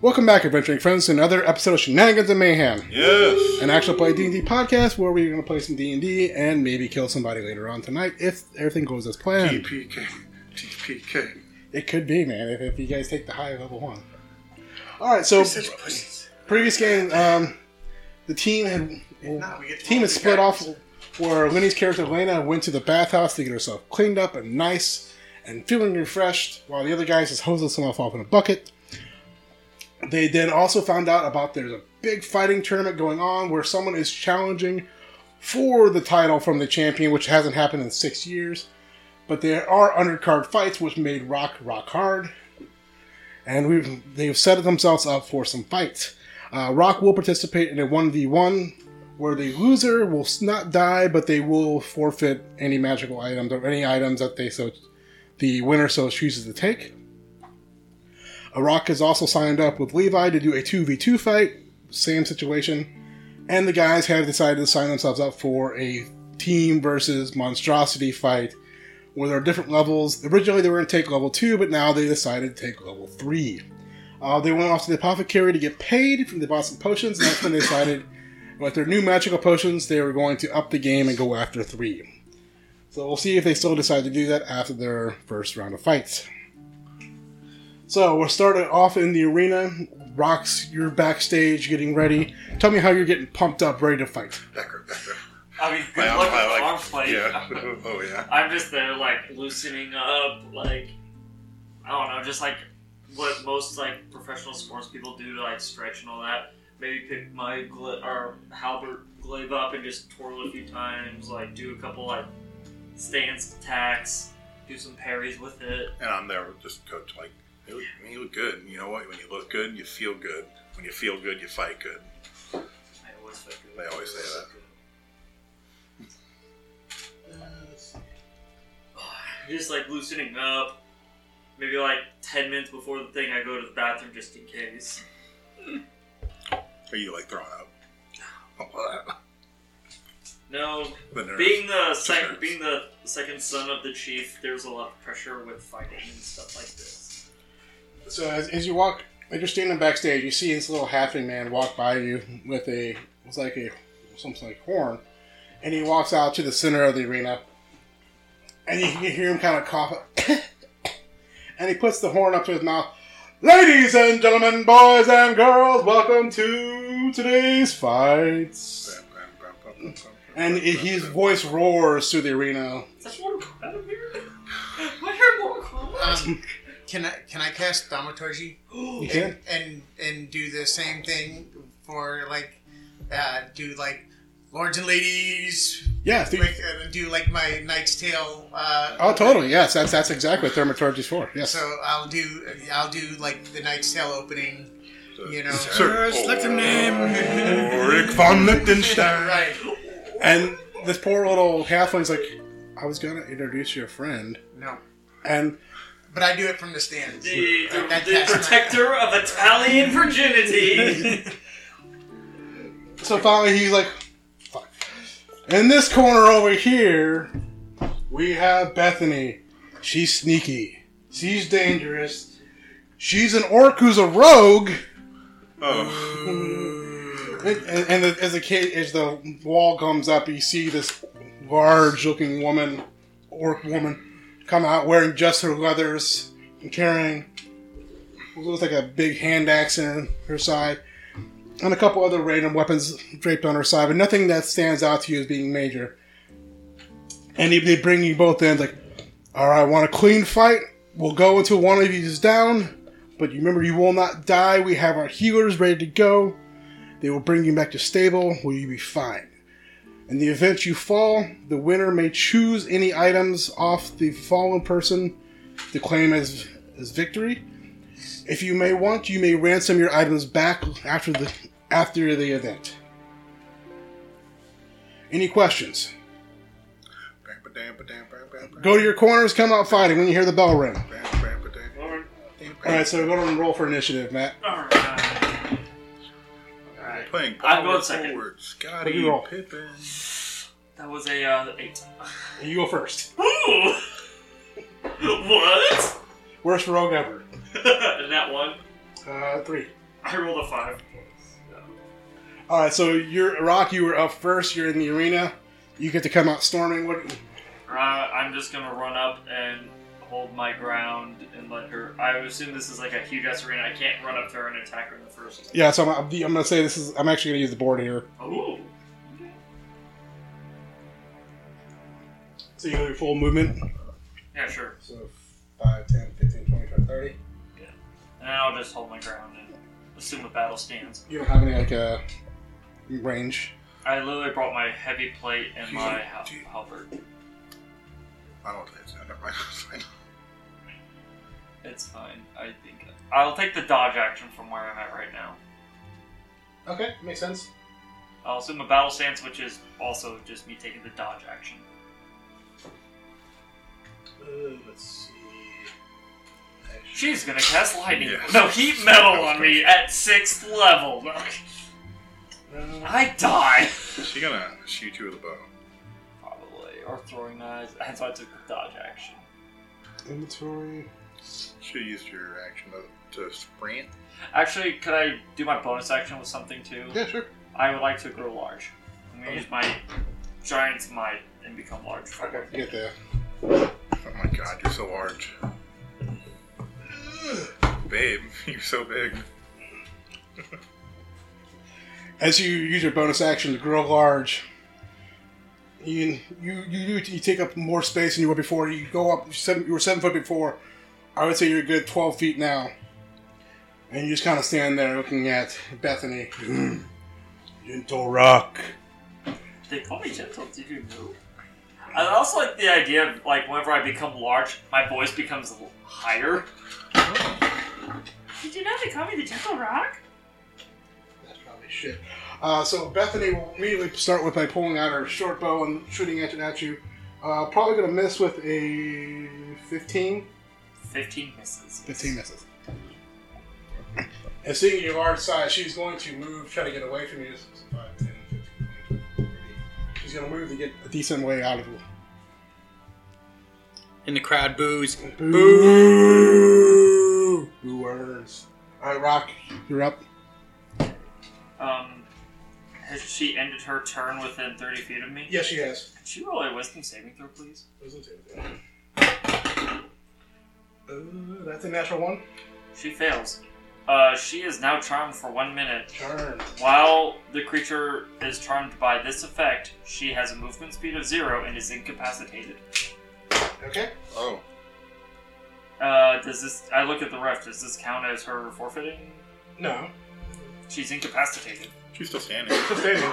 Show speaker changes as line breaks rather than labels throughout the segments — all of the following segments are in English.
Welcome back, adventuring friends, to another episode of Shenanigans and Mayhem,
Yes.
an actual play D and D podcast where we're going to play some D and D and maybe kill somebody later on tonight if everything goes as planned.
TPK. TPK.
It could be, man, if, if you guys take the high level one. All right, so previous game, um, the team had
Nah, we get to
team
roll
had
the
split off.
dice.
Where Lenny's character Lena went to the bathhouse to get herself cleaned up and nice and feeling refreshed, while the other guys just hosing himself off in a bucket. They then also found out about there's a big fighting tournament going on where someone is challenging for the title from the champion, which hasn't happened in six years. But there are undercard fights, which made Rock rock hard, and we've, they've set themselves up for some fights. Uh, rock will participate in a one v one where the loser will s- not die, but they will forfeit any magical items or any items that they so the winner so chooses to take. Iraq has also signed up with Levi to do a 2v2 fight, same situation. And the guys have decided to sign themselves up for a team versus monstrosity fight where there are different levels. Originally, they were going to take level 2, but now they decided to take level 3. Uh, they went off to the apothecary to get paid from the Boston Potions, and that's when they decided with their new magical potions, they were going to up the game and go after 3. So we'll see if they still decide to do that after their first round of fights. So we're starting off in the arena. Rocks, you're backstage getting ready. Tell me how you're getting pumped up, ready to fight.
Becker, Becker.
I mean, good
My
luck
arm-
with
my
arm
leg-
play.
yeah. Oh yeah.
I'm just there, like loosening up, like I don't know, just like what most like professional sports people do to like stretch and all that. Maybe pick my gla- or halberd glaive up and just twirl it a few times, like do a couple like stance attacks, do some parries with it.
And I'm there with just coach like, you look, you look good. You know what? When you look good, you feel good. When you feel good, you fight good.
I always feel good.
They always say that.
Oh, Just like loosening up. Maybe like ten minutes before the thing, I go to the bathroom just in case.
Are you like throwing up? Oh,
No,
the nerves.
being the sec-
nerves.
being the second son of the chief, there's a lot of pressure with fighting and stuff like this.
So as, as you walk, as you're standing backstage, you see this little halfling man walk by you with a, it's like a, something like horn, and he walks out to the center of the arena, and you can hear him kind of cough, and he puts the horn up to his mouth. Ladies and gentlemen, boys and girls, welcome to today's fights.
Bam, bam, bam, bam, bam, bam,
And i-
bam,
his
bam.
voice roars through the arena.
Is that Mortal Kombat up here? My hair Mortal Kombat?
Um, can I can I cast Thaumaturgy
You
and,
can?
and and do the same thing for like uh, do like lords and ladies
Yeah. th-
like, uh, do like my knight's tale. Uh,
Oh, totally. Yes, that's that's exactly what Thermaturgy is for. Yes.
So I'll do I'll do like the knight's tale opening. you know.
Sir,
select a name.
Ulrich von Lichtenstein.
right.
And this poor little halfling's like, I was gonna introduce your friend,
No,
and
but I do it from the stands.
The, the,
That-
the
that's-
protector of Italian virginity.
so finally he's like, "Fuck." In this corner over here, we have Bethany. She's sneaky. She's dangerous. She's an orc who's a rogue.
Oh,
And, and, and the, as the kid, as the wall comes up, you see this large-looking woman, orc woman, come out wearing just her leathers and carrying what looks like a big hand axe in her side, and a couple other random weapons draped on her side, but nothing that stands out to you as being major. And they- they bring you both in, like, all right, want a clean fight? We'll go until one of you is down, but you remember you will not die. We have our healers ready to go. They will bring you back to stable where you be fine. In the event you fall, the winner may choose any items off the fallen person to claim as, as victory. If you may want, you may ransom your items back after the after the event. Any questions?
Bam, ba-dam, ba-dam, bam, bam, bam,
Go to your corners, come out fighting when you hear the bell ring.
bam, bam, ba-dam,
Alright.
bam, bam.
Alright, so go ahead and roll for initiative, Matt.
Alright.
Playing
I'm going
power
second.
forward, Scotty
You roll.
Pippen.
That was a uh, eight.
You go first.
Ooh! what?
Worst rogue ever.
that one.
Uh, three.
I rolled a five.
All right, so you're Rock. You were up first. You're in the arena. You get to come out storming. What?
Uh, I'm just gonna run up and hold my ground and let her. I assume this is like a huge ass arena. I can't run up to her and attack her in the first.
Yeah, so I'm, I'm gonna say this is. I'm actually gonna use the board here.
Ooh.
So you go your full movement.
Yeah, sure.
So 5, 10, 15, 20, 20, 30.
And then I'll just hold my ground and assume the battle stands.
You don't have any like uh, range.
I literally brought my heavy plate and
Do you-
my hal-
do you-
halberd.
I don't think it's never mind. It's fine.
It's fine. I think I'll take the dodge action from where I'm at right now.
Okay, makes sense.
I'll assume a battle stance, which is also just me taking the dodge action.
Uh, let's see.
She's gonna cast lightning.
Yeah.
No, heat metal on me at sixth level. I die.
Is she gonna shoot you with a bow?
Probably. Or throwing knives. That's why I took the dodge action.
Inventory.
Should have used your action to, to sprint.
Actually, could I do my bonus action with something too?
Yeah, sure.
I would like to grow large. I'm gonna use my giant's might and become large. Okay.
Get there.
Oh my god, you're so large. Babe, you're so big.
As you use your bonus action to grow large, you you you, do- you take up more space than you were before. You go up seven. You were seven foot before. I would say you're a good twelve feet now. And you just kind of stand there looking at Bethany. Gentle rock.
They call me gentle. Did you know? I also like the idea of like whenever I become large, my voice becomes l- higher. Did you know they call me the gentle rock?
That's probably shit. Uh, so Bethany will immediately start with by pulling out her short bow and shooting at you. At you. Uh, probably gonna miss with a fifteen.
Fifteen misses.
15 misses. And seeing your large size, she's going to move, try to get away from you. So 5, 10, 15, 20, 30. She's going to move to get a decent way out of you.
And the crowd boos.
Boo! Boo words. All right, Rock, you're up.
Um, has she ended her turn within thirty feet of me?
Yes, she has.
Could she roll a wisdom saving throw, please?
Uh, that's a natural one.
She fails. Uh, she is now charmed for one minute.
Turn.
While the creature is charmed by this effect, she has a movement speed of zero and is incapacitated.
Okay.
Oh,
Uh, does this? I look at the ref. Does this count as her forfeiting?
No.
She's incapacitated.
she's still standing.
Just standing.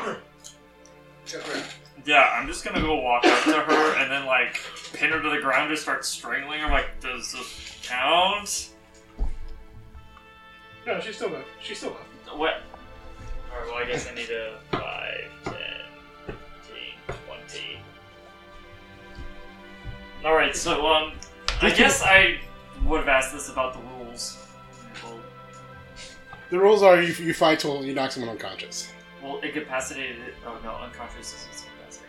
Except for-
Yeah, I'm just gonna go walk up to her and then like pin her to the ground and start strangling her. Like, does this count?
No, she's still up. She's still up.
What? Alright, well, I guess I need a 5, 10, 15, 20. Alright, so, um, I guess I would have asked this about the rules.
The rules are you, you fight till you knock someone unconscious.
Well, incapacitated. Oh, no, unconscious is incapacitated.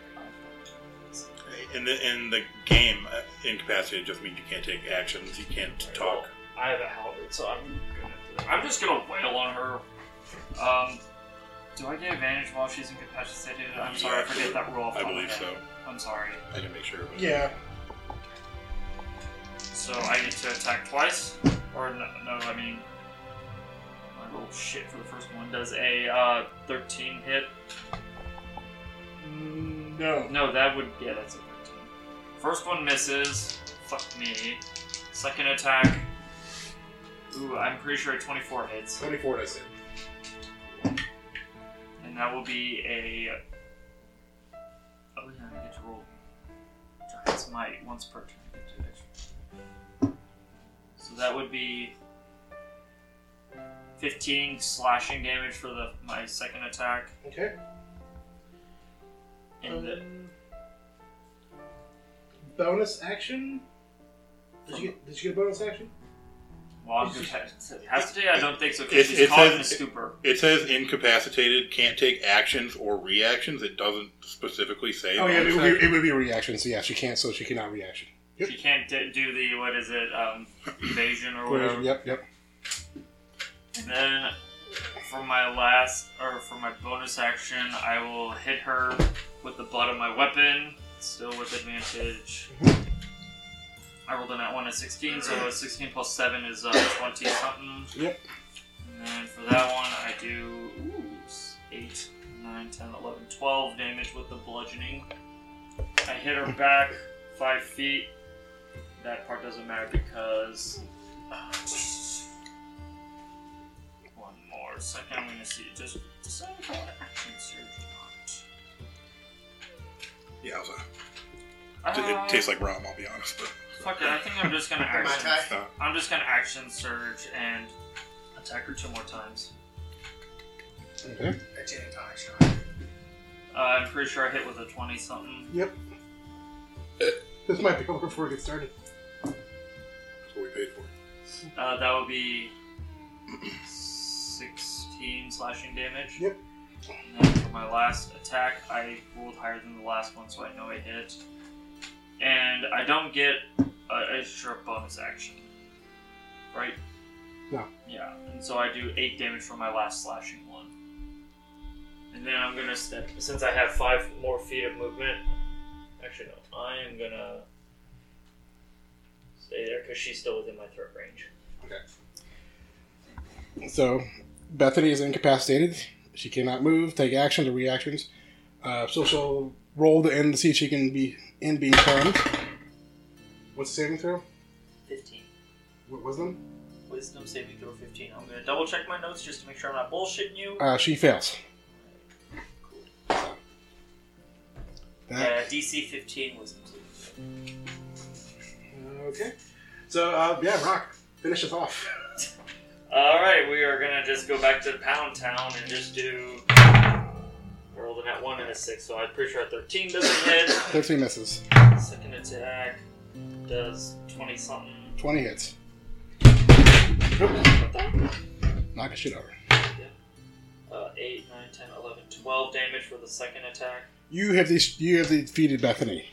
In the in the game, uh, incapacitated just means you can't take actions, you can't talk.
I have a halberd, so I'm gonna. I'm just gonna wail on her. Um, do I get advantage while she's incapacitated? I'm sorry, I forget that rule. off the
I
top of my
believe so.
head. I'm sorry.
I didn't make sure. But
Yeah.
So I get to attack twice, or no, no I mean, my little shit for the first one does a uh, 13 hit.
Mm, No.
No, that would yeah, that's a 13. First one misses. Fuck me. Second attack. Ooh, I'm pretty sure a 24 hits,
24, I said.
and that will be a. Oh yeah, I get to roll. Giant's might once per turn. I get to extra. So that would be 15 slashing damage for the my second attack.
Okay. um,
And the,
bonus action? Did you, get, did you get a bonus action?
well, I'm incapacitated. I don't think so
It-
because she's
it
caught in a
says-
stupor.
It says incapacitated, can't take actions or reactions. It doesn't specifically say.
Oh, yeah, it
bonus
would, be,
action.
it would be a reaction, so yeah, she can't, so she cannot reaction. Yep.
She can't d- do the what
Oh,
is it um, evasion or whatever.
Yep, yep.
And then for my last or for my bonus action, I will hit her with the butt of my weapon, still with advantage. I rolled in that one at 16, so 16 plus 7 is uh, 20 something.
Yep.
And then for that one, I do ooh, 8, 9, 10, 11, 12 damage with the bludgeoning. I hit her back 5 feet. That part doesn't matter because. uh, One more second, I'm gonna see. Just decide if I want to action surge or
Yeah, I was like,
not.
it,
Uh,
it tastes like rum. I'll be honest, but
Fuck it, I think I'm just gonna
Am I
action.
tied?
uh,
I'm just gonna action surge and attack her two more times.
Okay.
A gin and tonic shot.
Uh, I'm pretty sure I hit with a twenty something.
Yep. This might be over before we get started.
that's what we paid for. it.
Uh, that would be sixteen slashing damage.
Yep.
And then for my last attack, I rolled higher than the last one, so I know I hit. And I don't get a extra bonus action, right?
No.
Yeah, and so I do eight damage for my last slashing one. And then I'm gonna step since I have five more feet of movement. Actually, no, I am gonna stay there because she's still within my threat range.
So, Bethany is incapacitated. She cannot move, take actions or reactions. Uh, so she'll roll to end to see if she can be in being charmed. What's the saving throw?
Fifteen.
What was them?
Wisdom saving throw 15. I'm gonna double check my notes just to make sure I'm not bullshitting you.
Uh, she fails. That-
Uh, DC 15 wisdom saving throw.
Okay. So, uh, yeah, Rock, finish us off.
Alright, we are gonna just go back to Pound Town and just do. I rolled a net 1 and a 6, so I'm pretty sure a 13 doesn't hit.
13 misses,
Second attack does 20 something.
20 hits. Knock a shit over.
Uh, 8, 9, 10, 11, 12 damage for the second attack.
You have, de- you have defeated Bethany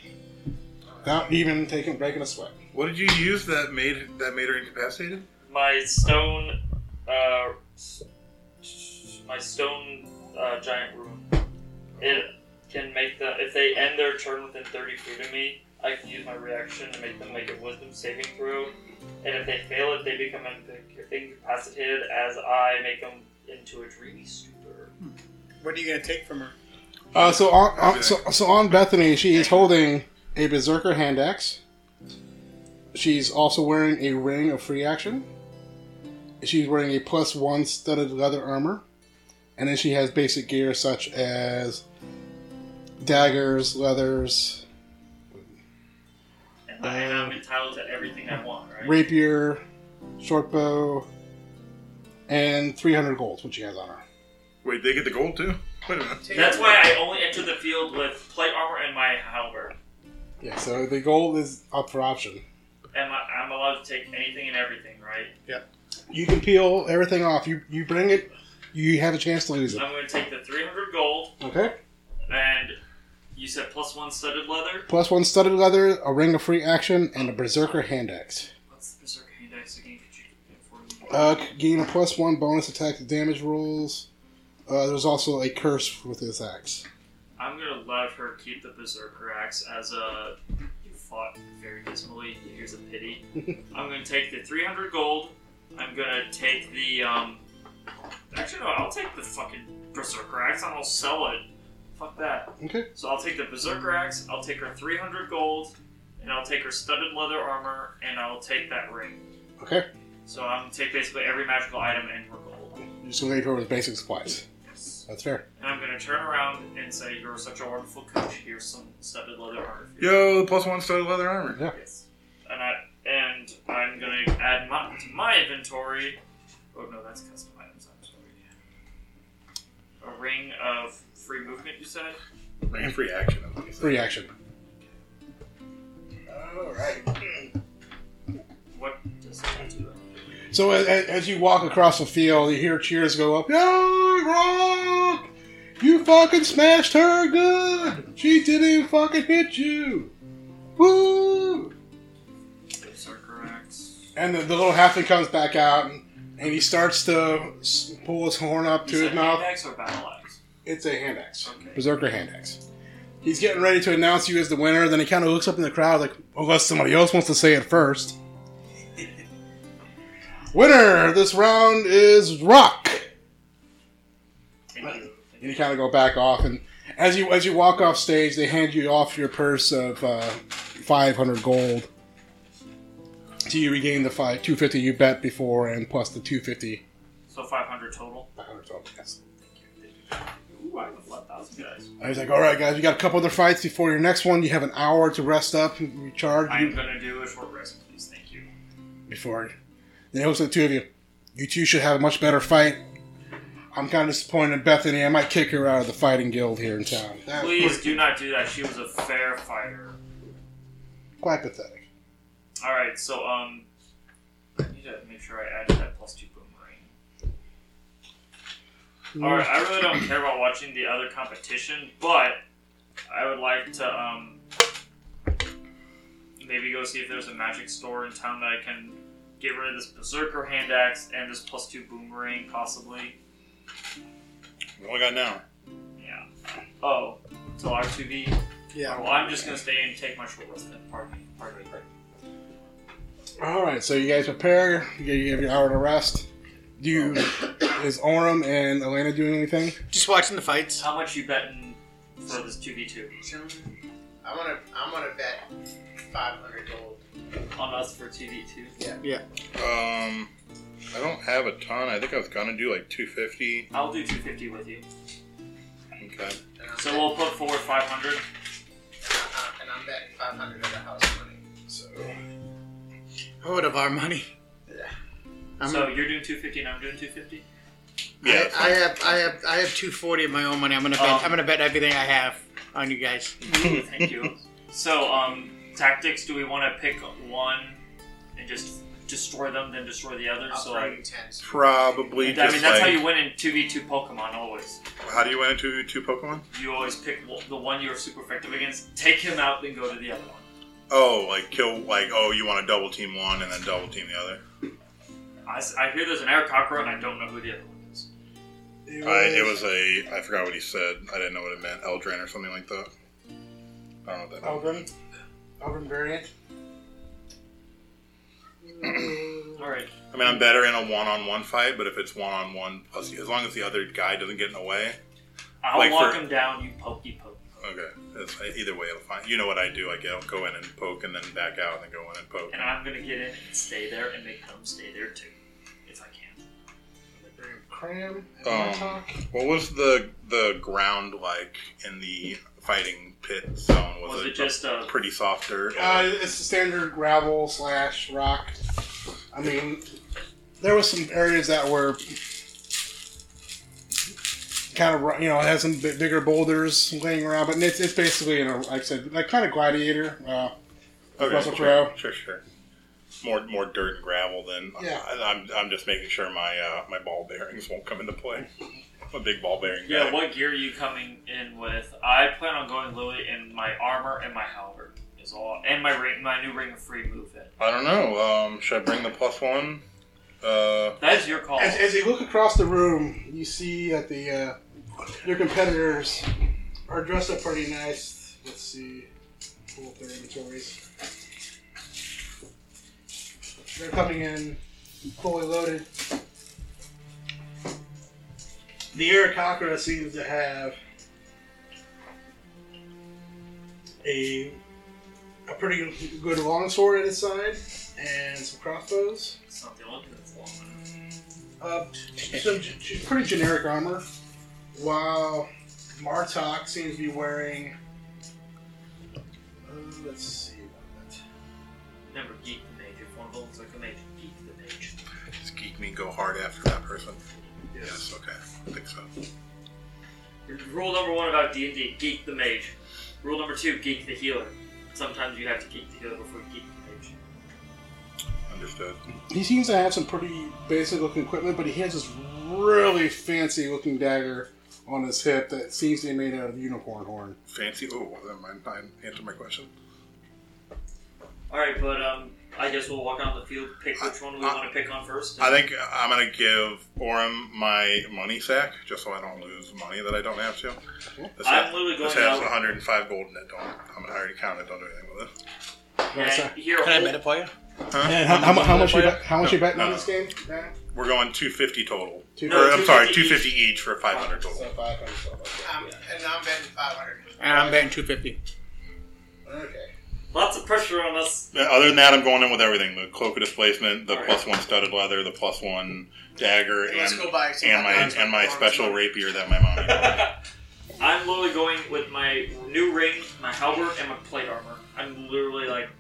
without even taking breaking a sweat.
What did you use that made that made her incapacitated?
My stone. Uh, s- my stone uh, giant rune. It can make the. If they end their turn within 30 feet of me, I can use my reaction to make them make a wisdom saving throw. And if they fail it, they become inca- incapacitated as I make them into a dreamy stupor.
What are you gonna take from her?
Uh, so on, on so, so on Bethany, she is holding a berserker hand axe. She's also wearing a ring of free action. She's wearing a plus one studded leather armor, and then she has basic gear such as daggers, leathers,
And, I, and I'm entitled to everything I want, right?
rapier, short bow, and three hundred gold, which she has on her.
Wait, they get the gold too? Wait a minute.
That's why I only entered the field with plate armor and my halberd.
Yeah, so the gold is up for option.
And my, I'm allowed to take anything and everything, right?
You can peel everything off. You you bring it. You have a chance to lose it.
I'm going to take the 300 gold,
Okay.
and you said plus one studded leather.
Plus one studded leather, a ring of free action, and a berserker hand axe.
What's the berserk hand axe again? Could you get for me?
Uh, gain a plus one bonus attack to damage rolls. Uh, there's also a curse with this axe.
I'm going to let her keep the berserker axe as a. You fought very dismally. Here's a pity. I'm going to take the 300 gold. I'm going to take the. um... Actually, no, I'll take the fucking berserker axe and I'll sell it. Fuck that.
Okay.
So I'll take the berserker axe, I'll take her 300 gold, and I'll take her studded leather armor, and I'll take that ring.
Okay.
So I'm gonna take basically every magical item and her gold.
You just leave her with basic supplies.
Yes.
That's fair.
And I'm gonna turn around and say, "You're such a wonderful coach. Here's some studded leather armor." for you."
Yo, plus one studded leather armor.
Yes. And I and I'm gonna add my to my inventory. Oh no, that's custom items. I'm sorry. A ring of free movement. You said.
And free action. is what he said.
Free action.
All right.
What does that do?
So as, as you walk across the field, you hear cheers go up. Yo, Rock! You fucking smashed her good! She didn't fucking hit you! Woo!
Berserker axe.
And the, the little halfling comes back out and and he starts to s- pull his horn up to
Is
his
that
mouth.
hand axe or battle axe?
It's a hand axe,
Okay.
berserker hand axe. He's getting ready to announce you as the winner. Then he kind of looks up in the crowd, like unless somebody else wants to say it first. winner this round is Rock.
Thank you.
And you kind of go back off, and as you as you walk off stage, they hand you off your purse of uh, five hundred gold. So you regain the five two fifty you bet before, and plus the two fifty.
So 500 total.
Yes.
Ooh, I would love those guys.
I was like, all right, guys, we got a couple other fights before your next one. You have an hour to rest up and recharge
I am gonna do a short rest, please. Thank you.
before. Then he looks at the two of you. You two should have a much better fight. I'm kind of disappointed in Bethany. I might kick her out of the fighting guild here in town. That was
Please do not do that. She was a fair fighter.
quite pathetic.
All right, so um, I need to make sure I added that plus two boomerang. All right, I really don't care about watching the other competition, but I would like to um, maybe go see if there's a magic store in town that I can get rid of this berserker hand axe and this plus two boomerang, possibly.
What do I got now?
Yeah. Oh, so R two V.
Yeah.
Well, I'm just gonna stay and take my short rest then. Pardon me. Pardon me.
All right, so you guys prepare. You get- you have your hour to rest. Do you, is Orem and Elena doing anything?
Just watching the fights.
How much you betting for this two v two
I want to. I want to bet five hundred gold.
on us for two v two?
Um, I don't have a ton. I think I was gonna do like 250.
I'll do 250 with you.
Okay.
And I'm
So
betting-
we'll put forward 500.
uh, and I'm betting five hundred of the house money.
So
Out of our money. I'm-
so you're doing 250 and I'm doing 250.
yeah,
I, I have I have I have two forty of my own money. I'm gonna bet
Oh.
I'm gonna bet everything I have on you guys.
Ooh, Thank you. So um, tactics. Do we want to pick one and just destroy them, then destroy the other?
I'll
so
throw
like,
you ten.
I
probably
mean,
just like
that's how you win in 2v2 Pokemon. Always,
how do you win a two two Pokemon?
you always pick w- the one you're super effective against. Take him out, then go to the other one.
Oh, like kill like oh you want to double team one and then double team the other.
I, s- I hear there's an air cockroach, and I don't know who the other one is.
I, it was a I forgot what he said. I didn't know what it meant. Eldrin or something like that. I don't know what that meant.
Elgin. Elgin variant.
All right.
I mean, I'm better in a one-on-one fight, but if it's one-on-one, plus as long as the other guy doesn't get in the way,
I'll
Like
walk
for-
him down. You pokey poke.
okay. That's, either way, it'll find. You know what I do? I get I'll go in and poke, and then back out, and then go in and poke.
And I'm gonna get in and stay there and make them stay there too, if I can.
Cram.
Um,
Montauk.
What was the the ground like in the fighting pit zone?
Was it just a
pretty soft dirt?
Uh, it's the standard gravel slash rock. I mean, there was some areas that were kind of ru- you know it had some bi- bigger boulders laying around, but it's, it's basically in a like I said like kind of gladiator. Uh, Russell Crowe.
Sure, sure. More more dirt and gravel than.
Yeah.
I, am I'm just making sure my uh, my ball bearings won't come into play. I'm a big ball bearing.
Yeah,
guy.
what gear are you coming in with? I plan on going Lily in my armor and my halberd is all, and my ring, my new ring of free movement.
I don't know. Um, should I bring the plus one? Uh,
That's your call.
As, as you look across the room, you see that the uh, your competitors are dressed up pretty nice. Let's see, pull up their inventories. They're coming in fully loaded. The Arakakra seems to have a a pretty good longsword at its side and some crossbows.
It's not the only thing that's long.
Uh, some g- g- pretty generic armor, while Martok seems to be wearing. Uh, let's see.
Never geek the mage. If one of them looks like a mage, geek the mage.
just geek me, go hard after that person.
Yes.
Yes, okay. I think so.
Rule number one about D and D: geek the mage. Rule number two: geek the healer. Sometimes you have to geek the healer before you geek the mage.
Understood.
He seems to have some pretty basic looking equipment, but he has this really fancy looking dagger on his hip that seems to be made out of unicorn horn.
Fancy. Oh, never mind. I answered my question.
All right, but um, I guess we'll walk out the field, pick which one we
I-
want to pick on first.
I think I'm gonna give Orem my money sack just so I don't lose money that I don't have to. This
I'm literally
this
going
has
out-
105 gold in it. Don't I'm gonna already count it. Don't do anything with it.
Right, so-
And here,
Can I
hold-
bet it for you?
Huh?
And how, how, mu- how much you
Player?
bet, how much you betting on
no.
this game? Ryan?
We're going 250 total.
Two-
No,
or, I'm sorry,
250
250 each for 500 total.
So 500, so, okay.
Um, and I'm betting 500.
And I'm betting 250.
Okay.
lots of pressure on us.
Yeah, Other than that, I'm going in with everything: the cloak of displacement, the
All right.
plus one studded leather, the plus one dagger,
And let's
and,
go buy some
and my
guns
and my
with
special
arms.
rapier that my mom. Made.
I'm literally going with my new ring, my halberd, and my plate armor. I'm literally like.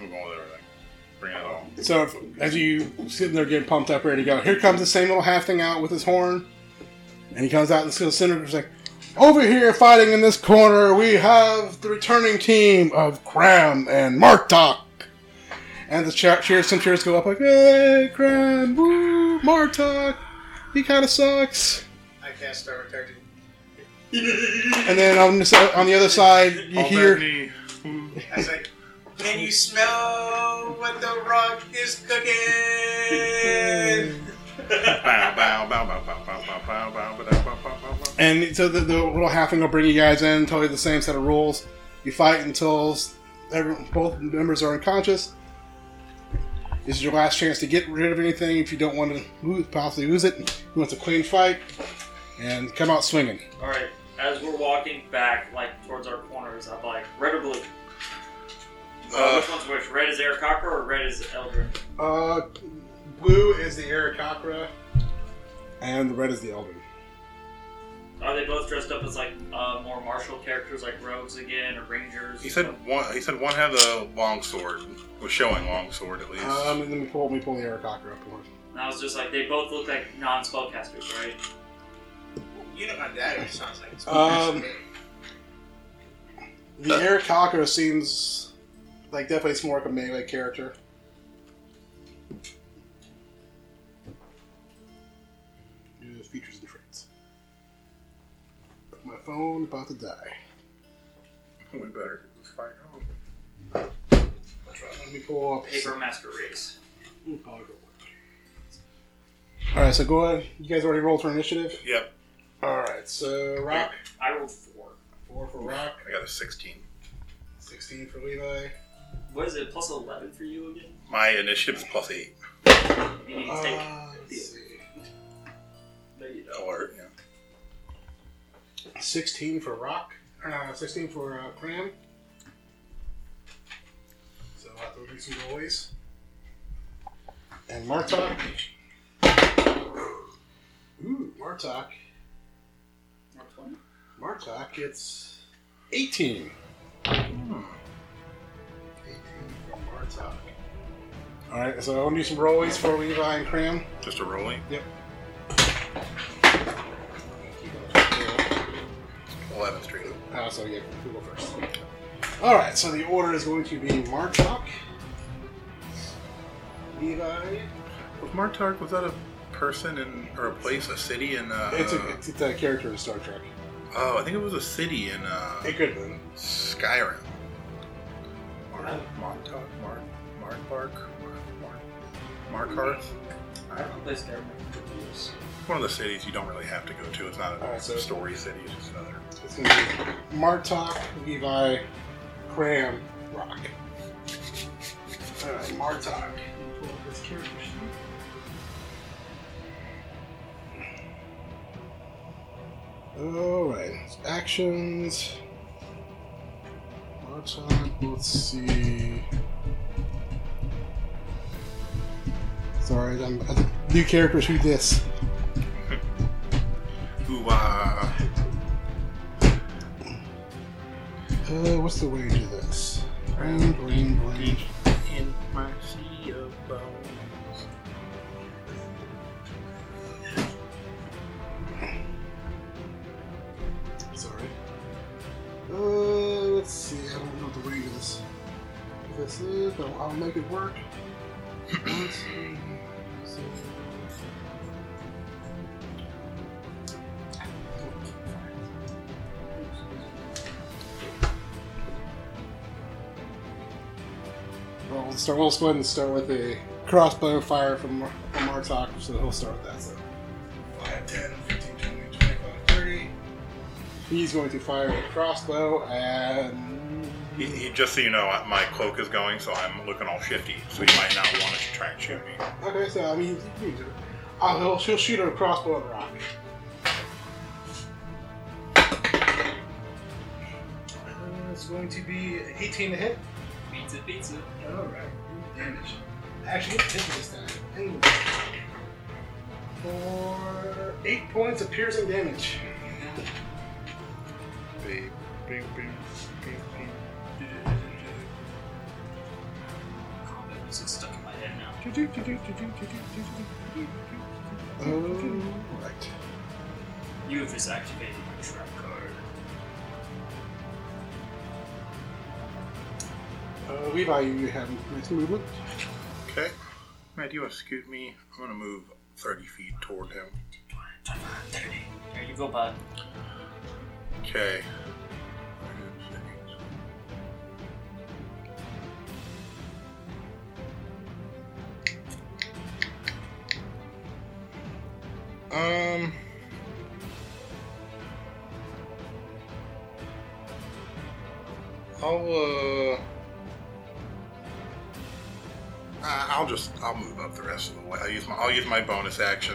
I'm going with everything. Bring it all.
So if, as you sitting there getting pumped up, ready to go, here comes the same little half thing out with his horn, and he comes out in the center and he's like, "Over here, fighting in this corner, we have the returning team of Cram and Martok." And the cha- cheers, some cheers go up like, "Hey, Cram! Woo, Martok! He kind of sucks."
I cast a retarded.
And then on the, si- on the other side, you hear,
I was like, can you smell what the rock is cooking?
Bow, bow, bow, bow, bow, bow, bow, bow, bow, bow, bow, bow, bow, bow.
and so the, the little half thing will bring you guys in, totally the same set of rules. You fight until every, both members are unconscious. This is your last chance to get rid of anything if you don't want to lose, possibly lose it. You want a clean fight and come out swinging.
Alright, as we're walking back, like, towards our corners, I'm like, red or blue? Uh,
Uh,
which one's which? Red is Arakaka or red is Eldrin?
Uh, blue is the Arakakra, and red is the Elder.
Are they both dressed up as, like, uh, more martial characters, like rogues again or rangers?
He said one. He said one had the long sword. Was showing long sword at least.
Um, and then we pull, we pull the Arakakra up. More.
And I was just like, they both look like non spellcasters, right?
You know what that is, sounds like.
Um, The Eric Cocker seems like definitely it's more like a melee character. New features and traits. My phone about to die.
we better fight. home.
Let me pull up.
Paper Master Race.
All right, so go ahead. You guys already rolled for initiative.
Yep,
All right, so Rock
I rolled four.
four for Rock,
I got a 16.
sixteen for Levi.
What is it, plus 11 for you again?
My initiative's plus eight.
You need to take.
Uh, let's see.
No, you don't.
Alert. Yeah.
Sixteen for Rock. Uh, sixteen for uh, Cram. So I have to do some goalies. And Martok. Ooh, Martok.
Or 20?
Martok gets eighteen. Hmm. Eighteen for Martok. All right, so I want to do some rollies for Levi and Cram.
Just a rolling.
Yep.
11 straight up.
Uh, so yeah, we go first. All right, so the order is going to be Martok, Levi.
Was Martark, was that a person in, or a place, a city in, uh...
It's a it's, it's a character in Star Trek.
oh, I think it was a city in, uh,
It could have been.
Skyrim. Mar- Martark, Mar- Martark, Mar- Markarth?
I haven't played Skyrim for years.
One of the cities you don't really have to go to. It's not a
All right, Oh, so-
story city. It's just another...
It's going to be Martok, Levi, Cram, Rock. All right, Martok. All right, actions. Martok. Let's see. Sorry, I'm, I think new characters. Who this?
Ooh, uh,
Uh, what's the range of this? Range, range, range.
In my sea of bones.
Sorry. Uh, let's see. I don't know what the range of this of this is, but I'll make it work. One, two, six. start. We'll just go ahead and start with a crossbow fire from from Martok. So we'll start with that. So 5, 10, 15, 20, 25, 30. He's going to fire a crossbow and
He, he, just so you know, I- my cloak is going, so I'm looking all shifty. So he might not want to try and shoot me.
Okay, so I mean, you can do it. Uh, he'll, she'll shoot her crossbow at the rock. Uh, It's going to be an 18 to hit.
Pizza, pizza.
Alright, damage. Actually, it's hit this time. Anyway. For 8 points of piercing damage.
Bing, bing, bing, bing, bing.
Combat music stuck in my head now.
Alright.
You have just activated my trap card.
Uh, Levi, you have nice movement.
Okay. Matt, you want to scoot me? I'm going to move 30 feet toward him.
There you go, bud.
Okay. Um. I'll uh. Uh, I'll just I'll move up the rest of the way. I'll use my I'll use my bonus action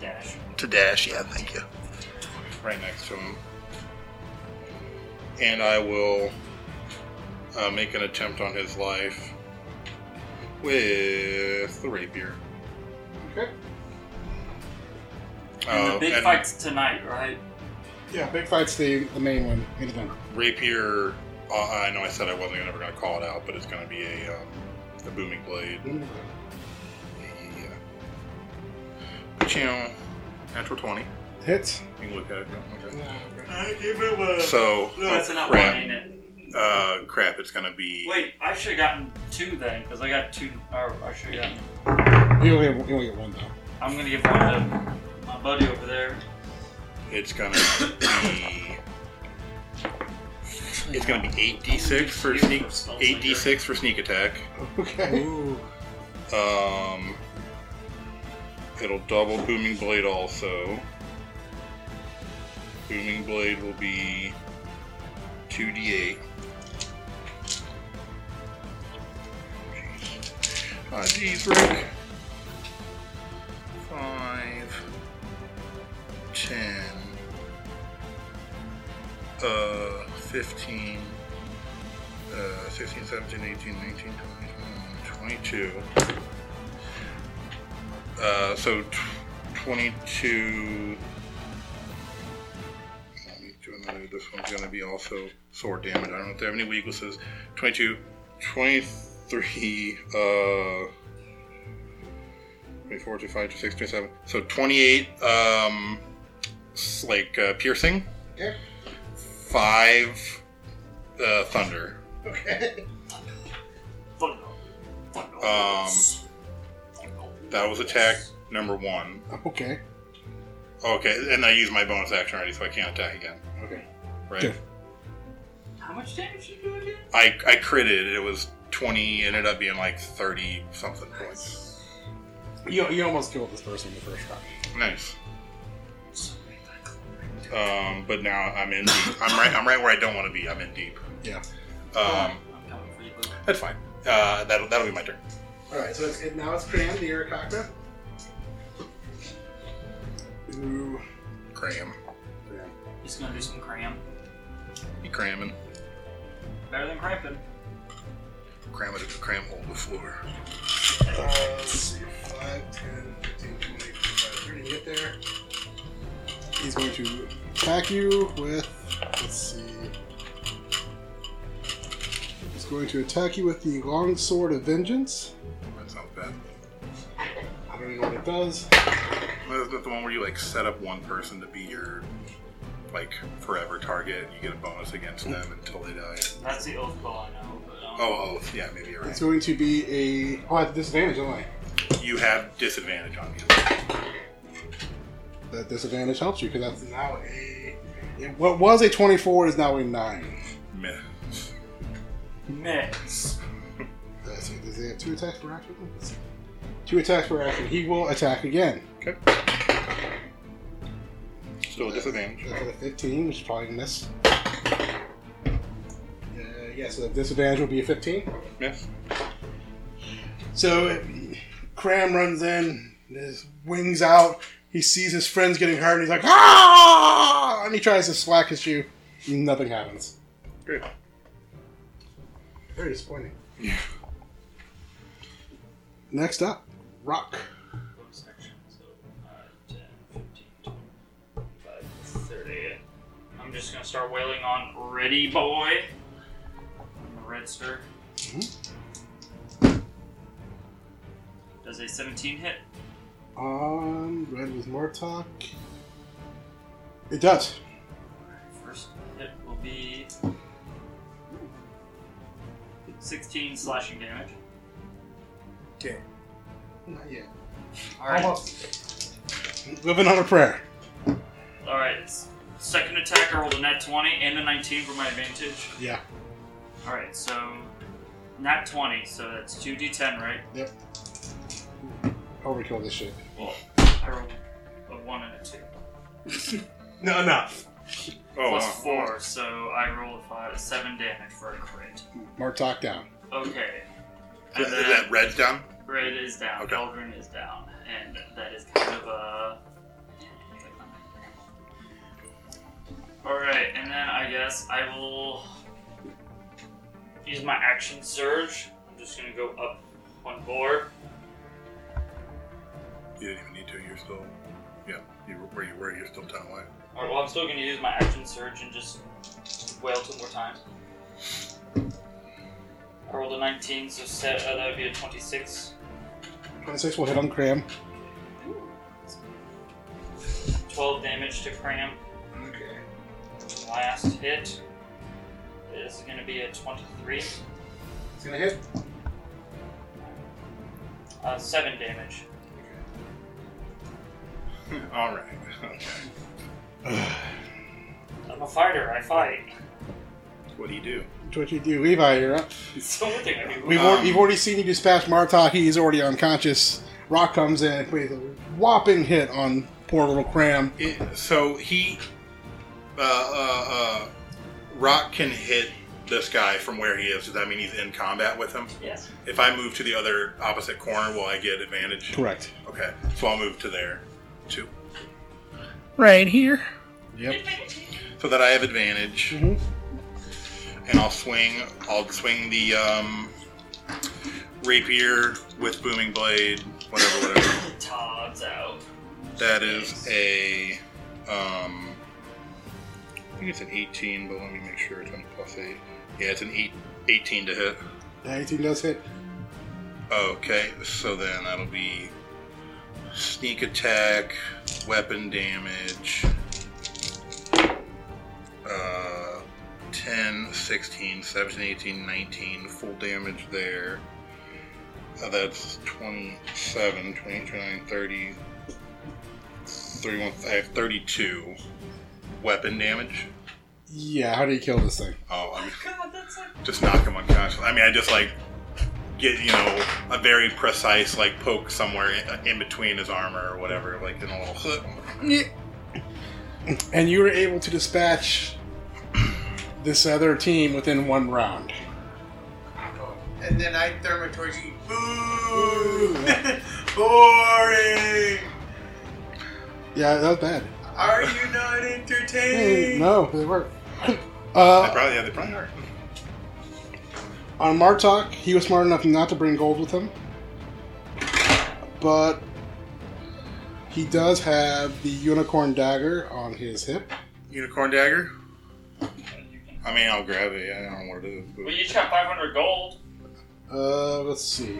Dash.
to dash. Yeah, thank you. Right next to him, and I will uh, make an attempt on his life with the rapier.
Okay.
And the
Uh,
big
and
fight's tonight, right?
Yeah, big fight's the, the main one. Main event.
Rapier. Uh, I know I said I wasn't ever going to call it out, but it's going to be a um, a booming blade. Yeah. Channel natural twenty.
Hits.
You can look at it. yeah, Okay.
I give it a.
So
That's
oh,
not one,
crap.
ain't it?
Uh, crap. It's going to be.
Wait, I should have gotten two then, because I got two. Or I should have gotten.
You only, you only get one though.
I'm gonna give one to my buddy over there.
It's gonna be. It's gonna be eight d six for sneak. Eight d six for sneak attack.
Okay.
Ooh.
Um. It'll double booming blade also. Booming blade will be two d eight. Ah, jeez, Rick. Five, ten, uh, fifteen, uh, 16, 17, 18, 19, 20, 22. Uh, so t- 22. Let me do another. This one's going to be also sword damage. I don't know if they have any weaknesses. 22, 23, uh, 24, 25, 26, 27. So 28, um, s- like uh, piercing.
Okay.
Five uh, thunder.
Okay.
Um, that was attack number one.
Okay.
Okay, and I used my bonus action already, so I can't attack again.
Okay.
Right?
Good.
How much damage did you do again?
I, I critted. It was 20, it ended up being like 30 something points.
You, you almost killed this person in the first round.
Nice. Um, but now I'm in deep. I'm right, I'm right where I don't want to be. I'm in deep.
Yeah.
Um,
I'm coming for you, bud.
that's fine. Uh, that'll, that'll be my turn.
All right. So it's, it, now it's Cram, the Arakaka. Ooh.
Cram.
Cram.
He's gonna do some cram.
You cramming.
Better than cramping.
Cram it at the cram hole in the floor.
Uh, let's see. 5, 10, 15, 20, 25, 30. Get there. He's going to attack you with. Let's see. He's going to attack you with the long sword of vengeance.
That sounds bad.
I don't even know what it does.
Is that the one where you like set up one person to be your like forever target? You get a bonus against them until they die.
That's the oath bow I know, but um,
Oh, oh, yeah, maybe you're
It's
right.
going to be a. Oh, I have disadvantage, don't I?
You have disadvantage on me.
That disadvantage helps you because that's now a. It, what was a 24 is now a 9.
Meh.
mix.
Let's see, this Does he have two attacks per action? Let's see. Two attacks per action. He will attack again.
Still a disadvantage.
That's a 15, which is probably a miss. Uh, yeah, so the disadvantage will be a 15.
Miss.
So uh, Cram runs in, his wings out. He sees his friends getting hurt, and he's like, ah! And he tries to slack his shoe. Nothing happens.
Great.
Very disappointing. Next up, Rock.
Bonus action, so uh, 5, 10, 15, 25, 30. I'm just gonna start wailing on Ready Boy. Redster. Does a 17 hit?
On Red with Mortok. It does.
First hit will be 16 slashing damage.
Not yet.
Alright,
Living on a prayer.
alright. Second attack, I rolled a nat 20 and a 19 for my advantage.
Yeah.
Alright, so nat 20, so that's 2d10, right?
Overkill this shit.
Well, I rolled a 1 and a 2.
No, enough.
Oh,
Plus
wow.
4, so I rolled a five, 7 damage for a crit.
Martok down.
Okay.
Is,
And
is
then
that red down?
red is down,
Okay.
Eldrin is down, and that is kind of a. Alright, and then I guess I will use my action surge. I'm just gonna go up one more.
You didn't even need to. You're still, yeah. You were where you were. You're still down away.
Alright, well, I'm still gonna use my action surge and just wail two more times. I rolled a 19, so set, uh, that would be a 26.
26 will hit on Cram.
12 damage to Cram.
Okay.
Last hit is going to be a 23.
It's gonna hit.
Uh, 7 damage.
All right. Okay.
I'm a fighter, I fight.
What do you do?
What you do, Levi? You're up.
It's the only thing I do.
We've,
Um,
al- we've already seen you dispatch Martok. He's already unconscious. Rock comes in with a whopping hit on poor little Cram.
It, so he, uh, uh, uh, Rock can hit this guy from where he is. Does that mean he's in combat with him?
Yes.
If I move to the other opposite corner, will I get advantage?
Correct.
Okay, so I'll move to there, too.
Right here.
Yep.
So that I have advantage,
Mhm.
Mm-hmm.
and I'll swing. I'll swing the um, rapier with booming blade, whatever, whatever.
Todd's out.
That is a. Um, I think it's an 18, but let me make sure it's on plus 8. Yeah, it's an eight, 18 to hit.
18 does hit.
Okay, so then that'll be sneak attack, weapon damage, uh, 10, 16, 17, 18, 19, full damage there. Uh, that's 27, 28, 29, 30, 31, I have 32 weapon damage.
Yeah, how do you kill this thing?
Oh, I'm
God, that's like.
just knock him unconscious. I mean, I just like get you know a very precise like poke somewhere in, in between his armor or whatever, like in a little.
And you were able to dispatch this other team within one round.
And then I thermo towards you. Boo! Boring!
Yeah, that was bad.
Are you not
Hey,
entertained?
no, they work.
They
Uh,
probably yeah, they probably are.
on Martok, he was smart enough not to bring gold with him, but he does have the unicorn dagger on his hip.
Unicorn dagger. I mean, I'll grab it. Yeah, I don't know what it is.
We
But
each got 500 gold.
Uh, let's see.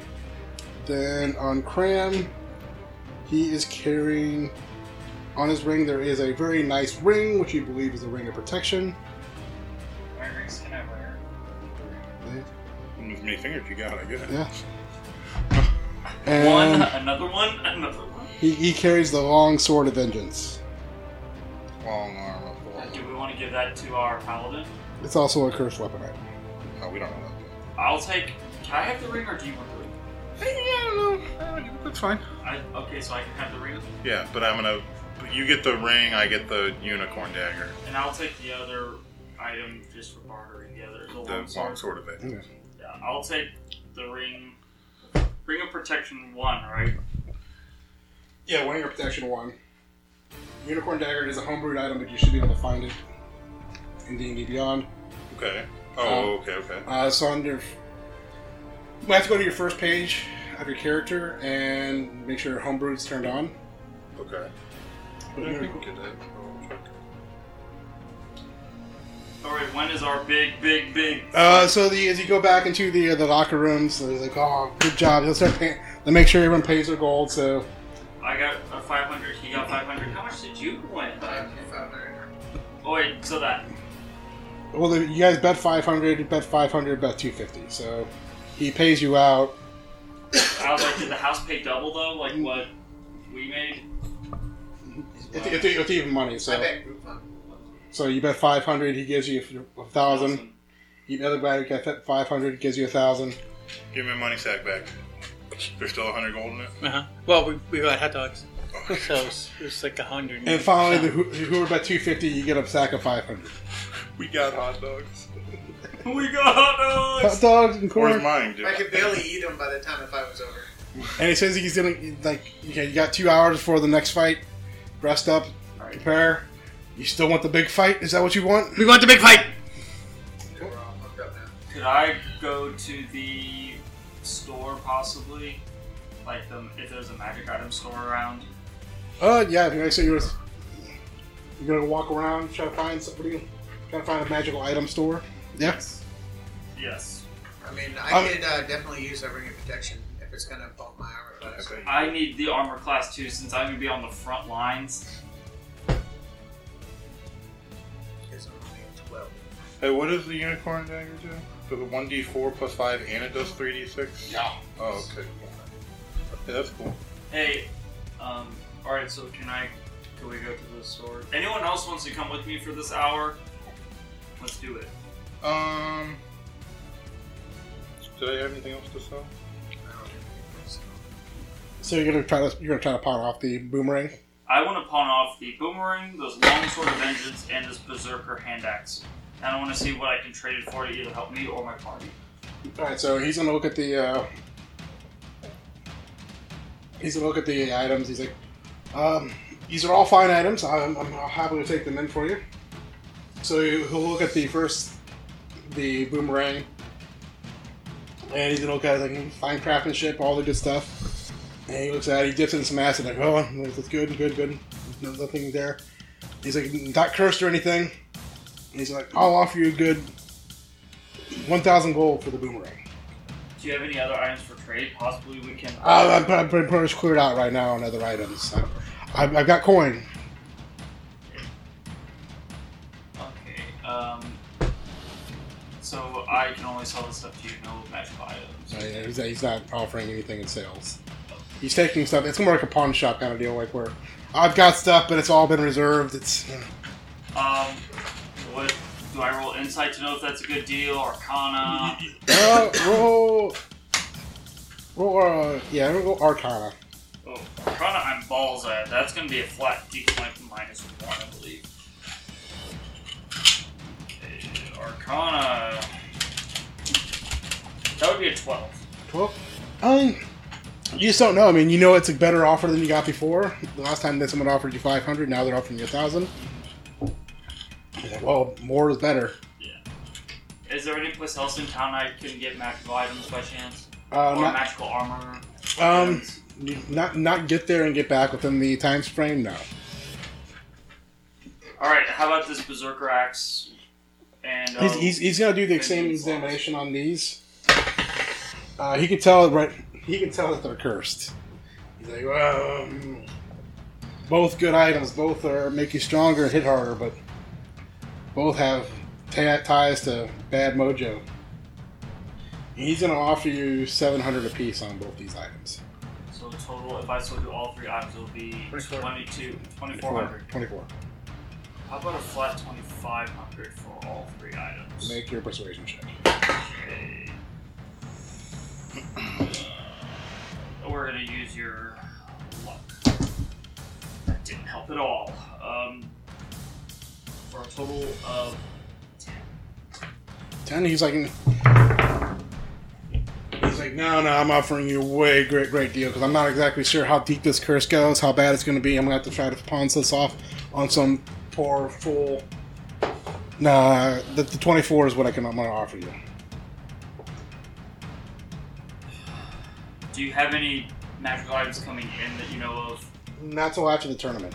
Then on Cram, he is carrying. On his ring, there is a very nice ring, which he believes is a ring of protection.
My ring's gonna wear.
as many fingers you got, I guess.
Yeah.
One, Um,
And
another one, another one.
He, he carries the long sword of vengeance.
Long arm. up
Uh,
there.
Do we want to give that to our paladin?
It's also a cursed weapon item.
Oh, we don't know that.
I'll take. Can I have the ring or do you want the ring?
Uh,
fine.
I, okay, so I can have the ring,
Yeah, but I'm gonna. but You get the ring. I get the unicorn dagger.
and I'll take the other item just for bartering. The other, the,
The long
longsword.
sword of it.
Yeah, I'll take the ring. Ring of protection one, right?
Yeah, one of your protection one. Unicorn dagger is a homebrewed item, but you should be able to find it in D and D Beyond.
Okay. Oh, okay, okay.
Uh, it's on your. You have to go to your first page of your character and make sure your homebrew is turned on.
Okay.
But
Yeah, I
you're-
can get that. I'll check.
All right. When is our big, big, big?
Uh, so the, as you go back into the uh, the locker rooms, they're like, "Oh, good job!" They'll start paying. They make sure everyone pays their gold. So
I got a 500. He got 500. How much did you win?
Five, five hundred.
Oh wait, so that
Well, then you guys bet 500, you bet 500, bet 250. So he pays you out.
I was like, did the house pay double though? Like what we made?
It's, it's, it's even money.
I
So
bet group one.
so you bet 500, he gives you a 1,000. You bet everybody got 500, gives you a 1,000.
Give me my money sack back. There's still 100 gold in it?
Uh-huh. Well, we, we got hot dogs,
Oh,
so it was, it was like a hundred.
And finally, the, who- whoever bet 250, you get a sack of 500.
we got hot dogs.
We got hot
Hot dogs and
Where's
corn.
mine, dude?
I could barely eat them by the time if I was over.
And he says he's going to, like, okay, you got two hours before the next fight. Rest up, prepare. You still want the big fight? Is that what you want?
we want the big fight.
We're all fucked up now.
Could I go to the store possibly? Like the, if there's a magic item store around?
Uh, yeah. Like I said, you're you're gonna walk around, try to find somebody, try to find a magical item store. Yes.
Yes.
I mean, I
Um,
could uh, definitely use that ring of protection if it's gonna bump my armor class.
Okay.
I need the armor class too, since I'm gonna be on the front lines.
Because I'm only at twelve.
Hey, what does the unicorn dagger do? Does it 1d4 plus 5 and it does 3d6?
Yeah.
Oh, okay. Yeah, that's cool.
Hey, um, alright, so can I, can we go to the store? Anyone else wants to come with me for this hour? Let's do it.
Um. Did I have anything else to sell?
So you're gonna try to you're gonna try to pot off the boomerang.
I want to pawn off the boomerang, those long sword of vengeance, and this berserker hand axe. And I want to see what I can trade it for to either help me or my party.
All right. So he's gonna look at the. Uh, he's gonna look at the items. He's like, um, these are all fine items. I'm, I'm happy to take them in for you. So he'll look at the first, the boomerang, and he's gonna look at it like fine craftsmanship, all the good stuff. And he looks at it, he dips in some acid, like, oh, that's good, good, good. No, nothing there. He's like, not cursed or anything. He's like, I'll offer you a good 1,000 gold for the boomerang.
Do you have any other items for trade? Possibly we can.
Uh, I'm, I'm pretty pretty much cleared out right now on other items. I, I've, I've got coin.
okay. Um. So I can only sell this stuff to you, no magical
So,
items.
yeah, he's, he's not offering anything in sales. He's taking stuff. It's more like a pawn shop kind of deal, like where I've got stuff, but it's all been reserved. It's
Um. What do I roll insight to know if that's a good deal? Arcana.
uh, roll, roll. Uh, yeah, roll Arcana.
Oh, Arcana, I'm balls at. That's gonna be a flat deep like minus one, I believe. Okay, Arcana. That would be a twelve.
Well, um, you just don't know. I mean, you know it's a better offer than you got before. The last time that someone offered you five hundred, now they're offering you a thousand. Well, more is better.
Is there any place else in town I can get magical items by chance?
Uh,
or
not-
magical armor?
Um, not not get there and get back within the time frame. No,
Alright, how about this Berserker Axe? And.
he's,
um,
he's, he's gonna do the same examination on these. Uh, he could tell right. He can tell that they're cursed. He's like, um, both good items. Both are make you stronger and hit harder, but both have ta ties to bad mojo. He's gonna offer you seven hundred apiece on both these items.
So, total, if I still do all three items, it'll be
24.
22, 2400.
Twenty-four.
How about a flat 2500 for all three items?
Make your persuasion check.
We're gonna going to use your luck. That didn't help at all. Um, for a total of 10.
Ten. He's like, he's like, no, no, I'm offering you a way great, great deal because I'm not exactly sure how deep this curse goes, how bad it's going to be. I'm going to have to try to pawn this off on some poor fool. Nah, the, the 24 is what I can. I'm going to offer you.
Do you have any magical items coming in that you know of?
Not till after the tournament.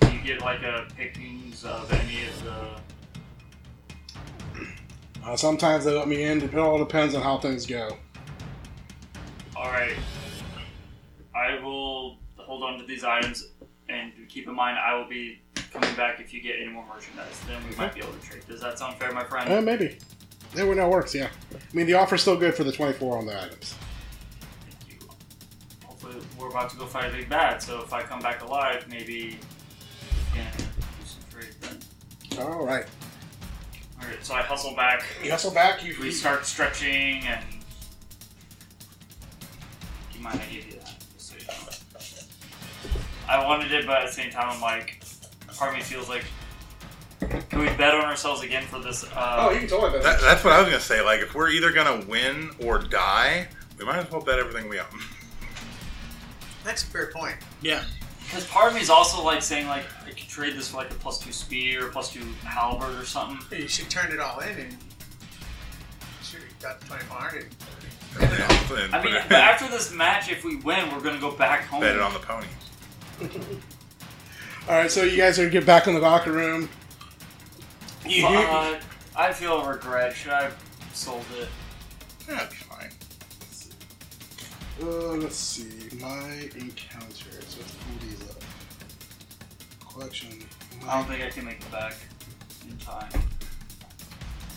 Do you get like a pickings of any of the?
Uh, sometimes they let me in. It all depends on how things go.
All right, I will hold on to these items and keep in mind I will be coming back if you get any more merchandise. Then we might be able to trade. Does that sound fair, my friend?
Uh, maybe. That one that works. Yeah. I mean, the offer's still good for the 24 on the items.
Thank you. Hopefully, we're about to go fight a big bad, so if I come back alive, maybe we can do some trade then.
All right.
All right, so I hustle back.
You hustle back. You
We start stretching and. Do you mind I give you that? Just so you know. I wanted it, but at the same time, I'm like, part of me feels like, can we bet on ourselves again for this?
Oh,
Uh,
you can totally bet.
That, that's what I was gonna say. Like, if we're either gonna win or die, we might as well bet everything we own.
That's a fair point.
Yeah.
because part of me is also like saying like, I could trade this for like a plus two speed or plus two halberd or something.
You should turn it all in and sure you got the 2400.
Everything else, and
I
put
mean,
it-
but after this match, if we win, we're gonna go back home.
bet it on the ponies.
All right. So you guys are gonna get back in the locker room. You hear-
Uh, I feel regret. Should I have sold it?
Yeah, it'd be fine.
Uh, let's see. My encounters. So let's pull these up. Collection.
I don't think I can make it back in time.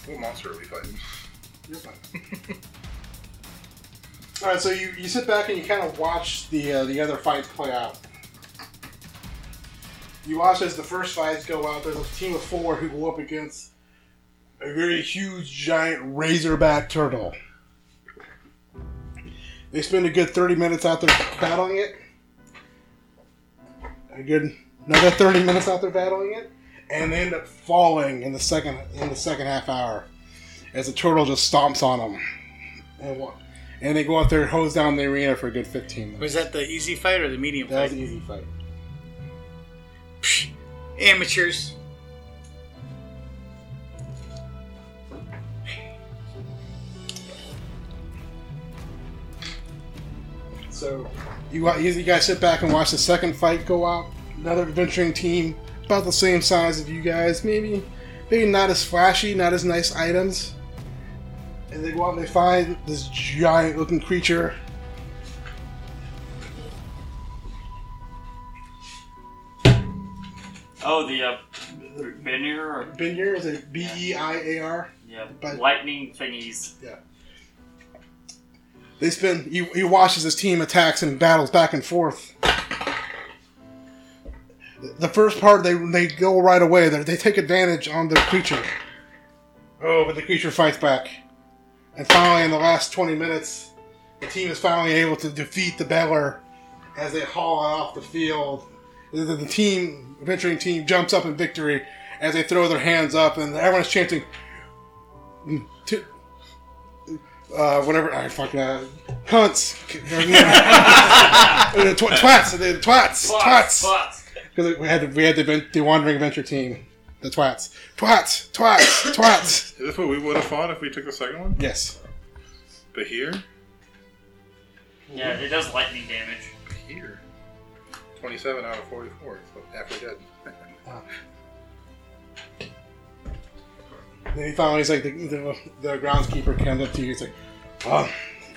What monster are we fighting?
You're fine. All right. So you, you sit back and you kind of watch the uh, the other fights play out. You watch as the first fights go out. There's a team of four who go up against a very huge, giant razorback turtle. They spend a good 30 minutes out there battling it. A good another 30 minutes out there battling it, and they end up falling in the second in the second half hour as the turtle just stomps on them. And, wa- and they go out there, hose down the arena for a good 15 minutes.
Was that the easy fight or the medium
That was
fight?
an easy fight.
Psh, amateurs.
So you, wa- you guys sit back and watch the second fight go out. Another adventuring team, about the same size as you guys, maybe, maybe not as flashy, not as nice items. And they go out and they find this giant-looking creature.
Oh, the uh, Benir or
Binyar is it B E I A R?
yeah,
But-
lightning thingies.
They spend. He, he watches his team attacks and battles back and forth. The first part, they they go right away. They they take advantage on the creature. Oh, but the creature fights back, and finally, in the last twenty minutes, the team is finally able to defeat the Beller as they haul it off the field. The, the- the team, adventuring team, jumps up in victory as they throw their hands up, and everyone's chanting. "Mm, to- uh, whatever. I fucking uh, cunts. Uh, tw- twats. The twats. Twats.
Twats.
Because we had the, we had the, ven- the wandering adventure team. The twats. Twats. Twats. twats.
Is this what we would have fought if we took the second one?
Yes.
But here,
Yeah, it does lightning damage.
here, twenty-seven out of forty-four. So halfway dead.
Then he finally he's like the, the, the groundskeeper comes up to you. He's like, "Well,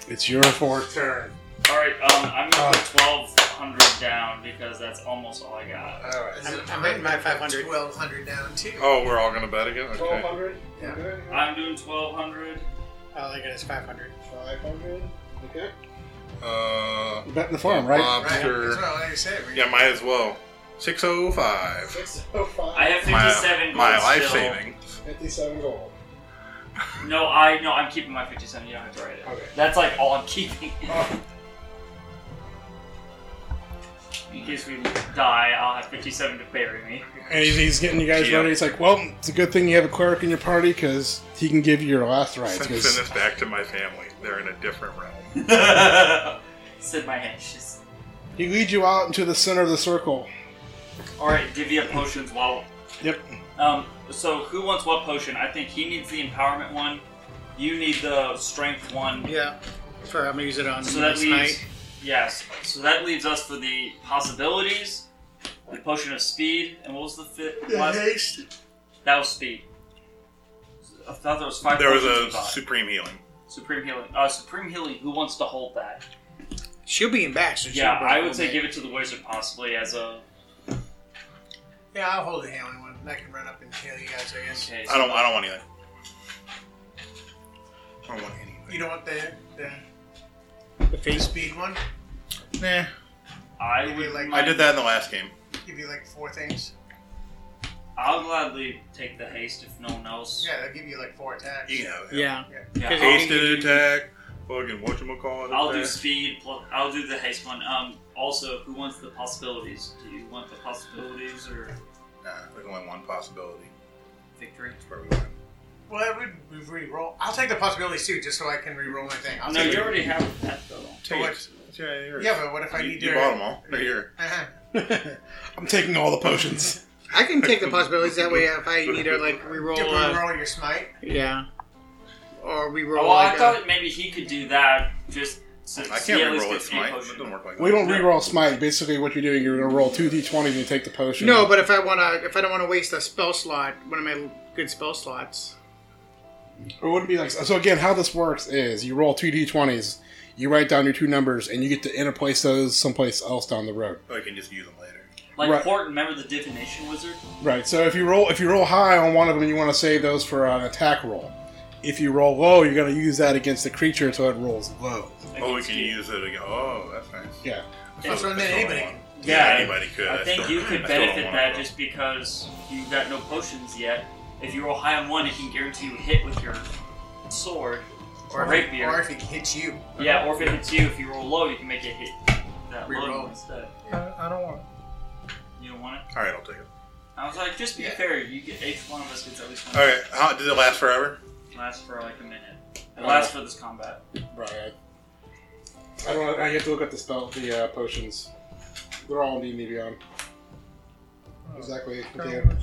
it's your fourth turn."
All right, um, I'm gonna put twelve hundred down because that's almost all I got.
All right.
I'm, I'm at my 500.
1200 down too.
Oh, we're all gonna bet again.
Twelve
Okay.
hundred.
Yeah.
Okay.
I'm doing twelve hundred.
All I got is 500.
Five hundred. Okay.
Uh,
You're betting the farm, right?
Right.
Lobster.
That's what I was saying.
Yeah, might as well. Six oh five.
Six oh five.
I have
My,
fifty-seven.
my
gold
life
still.
savings.
Fifty-seven gold.
No, I no, I'm keeping my 57. You don't have to write it.
Okay.
That's like all I'm keeping.
Oh.
In case we die, I'll have 57 to bury me.
And he's, he's getting you guys
Yep.
ready. He's like, well, it's a good thing you have a cleric in your party because he can give you your last rites.
Send,
'cause-
send this back to my family. They're in a different realm.
Said my hand. She's
He leads you out into the center of the circle.
all right. Divvy up potions while.
Yep.
Um. So who wants what potion? I think he needs the empowerment one. You need the strength one.
Yeah. For I'm gonna use it on
So that
this
leaves.
night.
Yes. So that leaves us for the possibilities, the potion of speed, and what was the fifth? last-
haste.
That was speed. I thought there was five.
There was
potions we
a
bought.
supreme healing.
supreme healing. Uh, supreme healing. Who wants to hold that?
She'll be in back. So she'll
Yeah, I
probably
would say
make-
give it to the wizard possibly as a.
Yeah, I'll hold the healing one. I can run up and heal you guys, I guess.
Okay,
I don't. I don't want anything. I don't want anything.
You don't want the, the,
the
the
face.
speed one?
Nah.
I
Maybe
would.
like-
I did that in the last game.
Give you like four things.
I'll gladly take the haste if no one else.
Yeah, they'll give you like four attacks.
You can have it.
Yeah.
Yeah, I'll-
Hasted attack. Fucking whatchamacallit.
I'll do
attack.
speed. Plus, I'll do the haste one. Um. Also, who wants the possibilities? Do you want the possibilities or
Nah, there's only one possibility.
victory?
That's where we went.
Well, I would re-roll. I'll take the possibilities too, just so I can re-roll my thing. I'll
no,
take
you
it.
already have that though.
Take
what-
it. It's right here.
Yeah, but what if I
you,
need
you
your...
bought them all. They're here.
Uh-huh.
I'm taking all the potions.
I can take the possibilities that way if I need to like
You
reroll.
can
Uh,
re-roll your smite.
yeah. Or reroll.
Oh, well,
like
I thought maybe he could do that. Just since
I
he
can't
at least
reroll it
gets
tonight.
a
It doesn't
potion.
work like that.
We don't reroll smite. Basically, what you're doing, you're gonna roll two d20 to take the
a,
potion.
no, but if I wanna, if I don't wanna waste a spell slot, one of my good spell slots.
it wouldn't be like. So again, how this works is you roll two d20s, you write down your two numbers, and you get to interplace those someplace else down the road.
Oh, you can just use them later.
Like
Right.
Horton, remember the divination wizard?
Right. So if you roll if you roll high on one of them, you want to save those for an attack roll. If you roll low, you're gonna use that against the creature until it rolls low.
Oh, we
Against
can
you.
use it again. Oh, that's nice.
Yeah.
Oh, so then
That's all
anybody
I
can...
want.
Yeah,
anybody could.
I
still-
think you could
I still don't
benefit
want
that
it.
just because you got no potions yet. If you roll high on one, it can guarantee you a hit with your sword or
if-
rapier.
Or if it hits you.
Uh-huh.
yeah, or if it hits you, if you roll low, you can make it hit that low
Reroll.
instead.
I, I don't want.
You don't want it?
All right, I'll take it.
I was like, just be
Yeah.
fair. You get each one of us gets at least one.
All right. How, did it last forever?
It lasts for like a minute. It
Uh-huh.
Uh,
lasts for this combat.
Right. I don't. I have to look at the spell, the uh, potions. They're all in D and D Beyond. Exactly. what they are.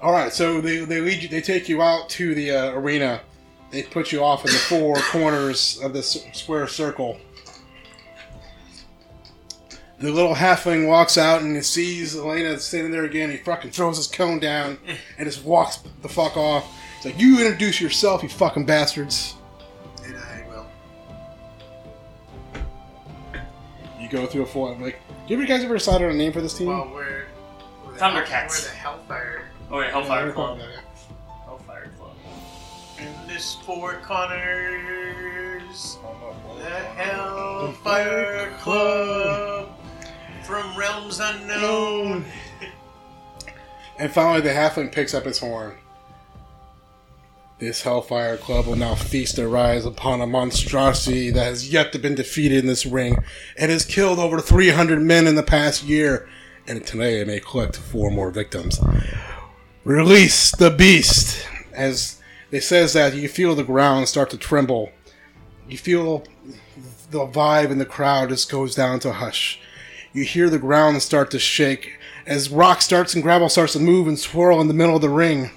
All right. So they, they lead you. They take you out to the uh, arena. They put you off in the four corners of this square circle. The little halfling walks out and he sees Elena standing there again. He fucking throws his cone down and just walks the fuck off. He's like, "You introduce yourself, you fucking bastards."
And I will.
You go through a full. I'm like, do you guys ever decide on a name for this team?
Well, we're... we're the-
Thundercats.
We're the Hellfire.
Oh wait,
Yeah,
Hellfire
we're
Club.
talking about it.
Hellfire Club.
And this four corners...
I don't know. Well,
The
I don't know.
Hellfire Club from realms unknown.
And finally, the halfling picks up his horn. This Hellfire Club will now feast their eyes upon a monstrosity that has yet to been defeated in this ring, and has killed over 300 men in the past year. And today, it may collect four more victims. Release the beast! As they says that, you feel the ground start to tremble. You feel the vibe in the crowd just goes down to a hush. You hear the ground start to shake as rock starts and gravel starts to move and swirl in the middle of the ring.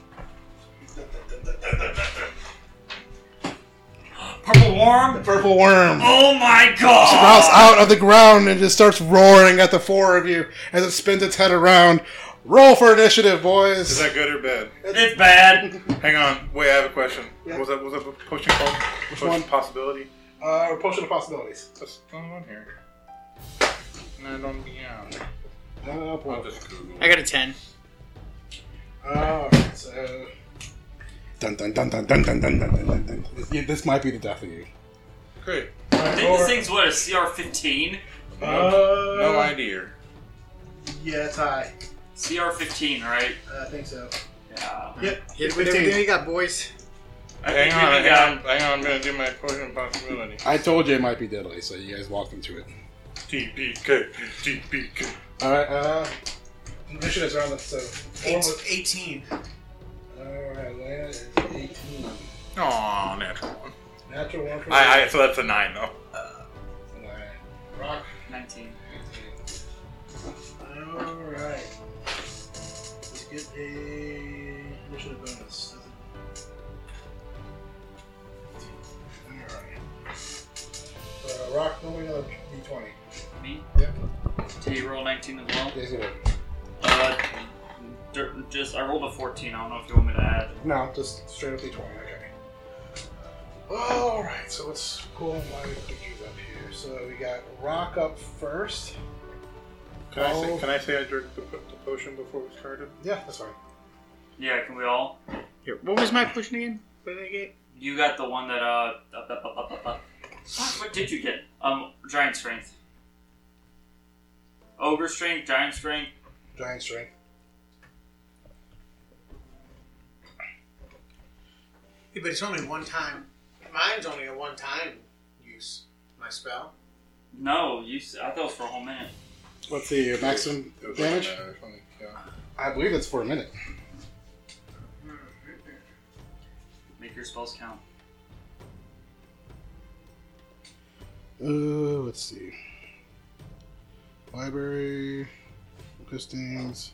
Purple Worm.
Purple worm
Oh my god!
sprouts out of the ground and just starts roaring at the four of you as it spins its head around. Roll for initiative,
Is
boys.
that good or bad?
It's bad.
Hang on. Wait, I have a question.
Yeah.
What was that? What was that potion called? Which
one?
Possibility.
Uh, potion of possibilities.
That's not on here. No, don't be out.
No,
I'll
no,
just Google.
I got a ten.
All right, so. Dun dun dun dun dun dun dun dun dun dun. dun. This- yeah, This might be the death of you.
Great.
Didn't this thing's what a CR fifteen?
No, no idea.
Yeah, it's high.
CR fifteen, right?
I think so.
Yeah.
Hit with everything you got, boys.
I
Hang
think we
on, hang
can go.
on, hang on. I'm gonna do my poison possibility.
I told you it might be deadly, so you guys walked into it.
DBK, DBK.
All right. Uh, mission is around so. Four
It's
with, uh,
18.
all right, Elena is eighteen.
Aw, natural one.
Natural one. for
I, I, so that's a nine, though.
All right. Rock.
19.
All right. Let's get a mission bonus. All right. Uh, rock, roll me another d20.
Me?
Yep.
Did you roll 19 as well?
He's gonna.
Uh, dir- just, I rolled a 14. I don't know if you want me to add.
No, just straight up d20. Okay. All right. So let's pull my pictures up here. So we got rock up first.
Can I, say,
Oh.
can I say I drank the, po- the potion before we started?
Yeah, that's fine.
Yeah, can we all?
Here, what was my potion again? What did I get?
You got the one that, uh. Up, up, up, up, up, up. Fuck, what did you get? Um, Giant Strength. Ogre Strength, Giant Strength.
Giant strength.
Yeah, but it's only one time. Mine's only a one time use. My spell.
No, you. s- I thought it was for a whole minute.
What's the maximum
It was like
damage?
that or something, yeah.
I believe it's for a minute.
Make your spells count.
Uh, let's see. Library, listings,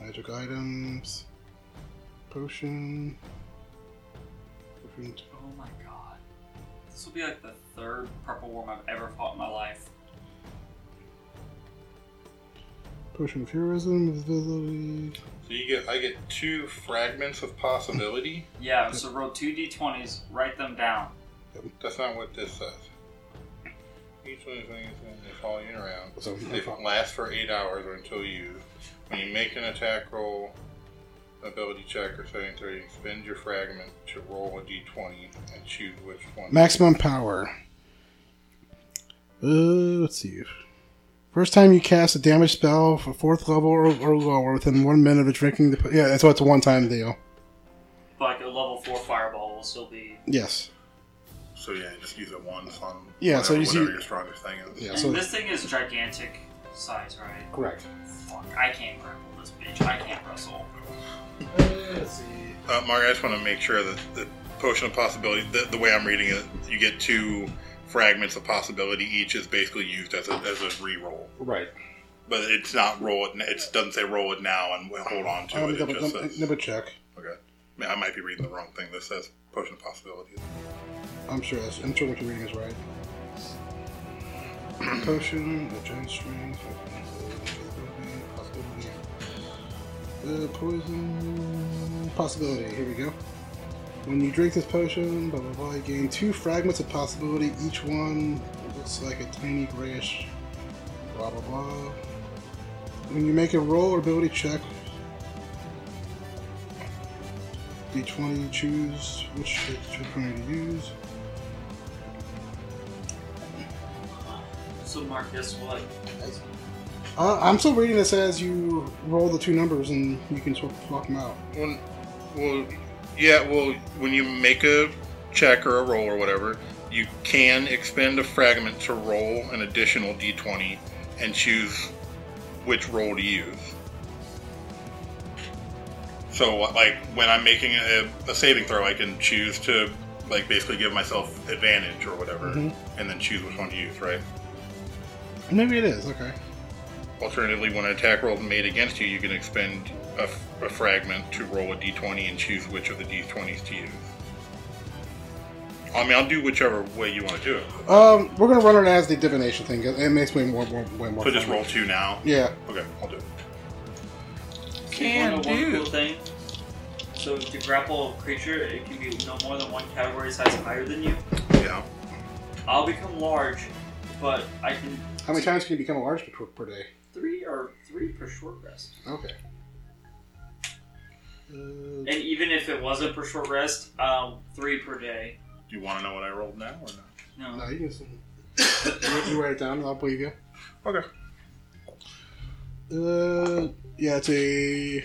magic items, potion, potion.
Oh my god. This will be like the third purple worm I've ever fought in my life.
Potion of heroism, invisibility.
So you get, I get two fragments of possibility.
Yeah, so roll two d20s, write them down.
That's not what this says. Each one of these things when they follow you around.
So
They last for eight hours or until you, when you make an attack roll, ability check, or saving throw, you spend your fragment to roll a d20 and choose which one.
maximum power. Uh, let's see. First time you cast a damage spell for fourth level or, or lower within one minute of drinking the. po- Yeah, that's what's a one time deal.
But like a level 4 fireball will still be.
Yes.
So yeah, just use it once on
Yeah, so you see-
whatever your strongest thing is.
Yeah,
And
so.
this thing is gigantic size, right?
Correct.
Fuck, I can't grapple this bitch. I can't wrestle.
Let's see.
Uh, Mario, I just want to make sure that the potion of possibility, the, the way I'm reading it, you get two fragments of possibility. Each is basically used as a, as a re-roll,
Right.
but it's not roll it. It doesn't say roll it now and hold on to
Um,
it.
double,
it just
double,
says,
double check.
okay, I, mean, I might be reading the wrong thing. This says potion of possibility.
I'm sure. That's, I'm sure what you're reading is right. Potion, the giant strength, possibility, possibility, uh, poison, possibility. Here we go. When you drink this potion, blah blah blah, you gain two fragments of possibility. Each one looks like a tiny grayish. Blah blah blah. When you make a roll or ability check, d20 choose which d20 to use.
So, Mark, guess what?
Uh, I'm still reading this as you roll the two numbers and you can sort of pluck them out.
When, well, yeah, well, when you make a check or a roll or whatever, you can expend a fragment to roll an additional d20 and choose which roll to use. So, like, when I'm making a, a saving throw, I can choose to, like, basically give myself advantage or whatever,
Mhm.
and then choose which one to use, right?
Maybe it is, okay.
Alternatively, when an attack roll is made against you, you can expend a, f- a fragment to roll a d20 and choose which of the d20s to use. I mean, I'll do whichever way you want to do it.
Um, we're gonna run it as the divination thing. 'cause It makes way more, more, way more.
So just
fun.
roll two now.
Yeah.
Okay, I'll do it.
Can
One- one
do.
cool thing. So, to grapple a creature, it can be no more than one category size higher than you.
Yeah.
I'll become large, but I can.
How many times can you become a large per, per day?
Three or three per short rest.
Okay. Uh,
And even if it wasn't per short rest, um, three per day.
Do you want to know what I rolled now or not?
No.
no, you can. just- you, you write it down. I'll believe you.
Okay.
Uh, yeah, it's a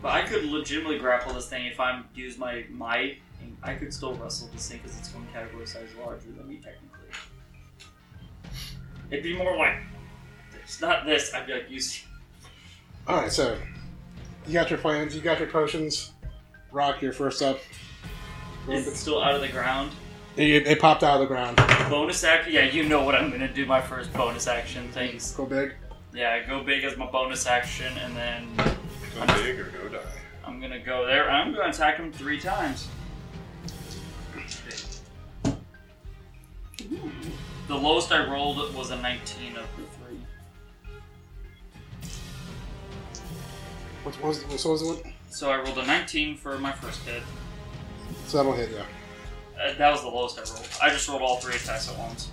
But I could legitimately grapple this thing if I use my might. and I could still wrestle this thing because it's one category size larger than me technically. It'd be more like it's not this. I'd be like, you see,
All right, so you got your plans, you got your potions. Rock, you're first up.
is it still out of the ground?
It, it popped out of the ground.
Bonus action. Yeah, you know what I'm gonna do. My first bonus action things.
Go big.
Yeah, go big as my bonus action, and then
Go big or go die.
I'm gonna go there. I'm gonna attack him three times. The lowest I rolled was a 19 of the three.
What what was, what was it?
So I rolled a 19 for my first hit.
So that'll hit, yeah.
Uh, that was the lowest I rolled. I just rolled all three attacks at once.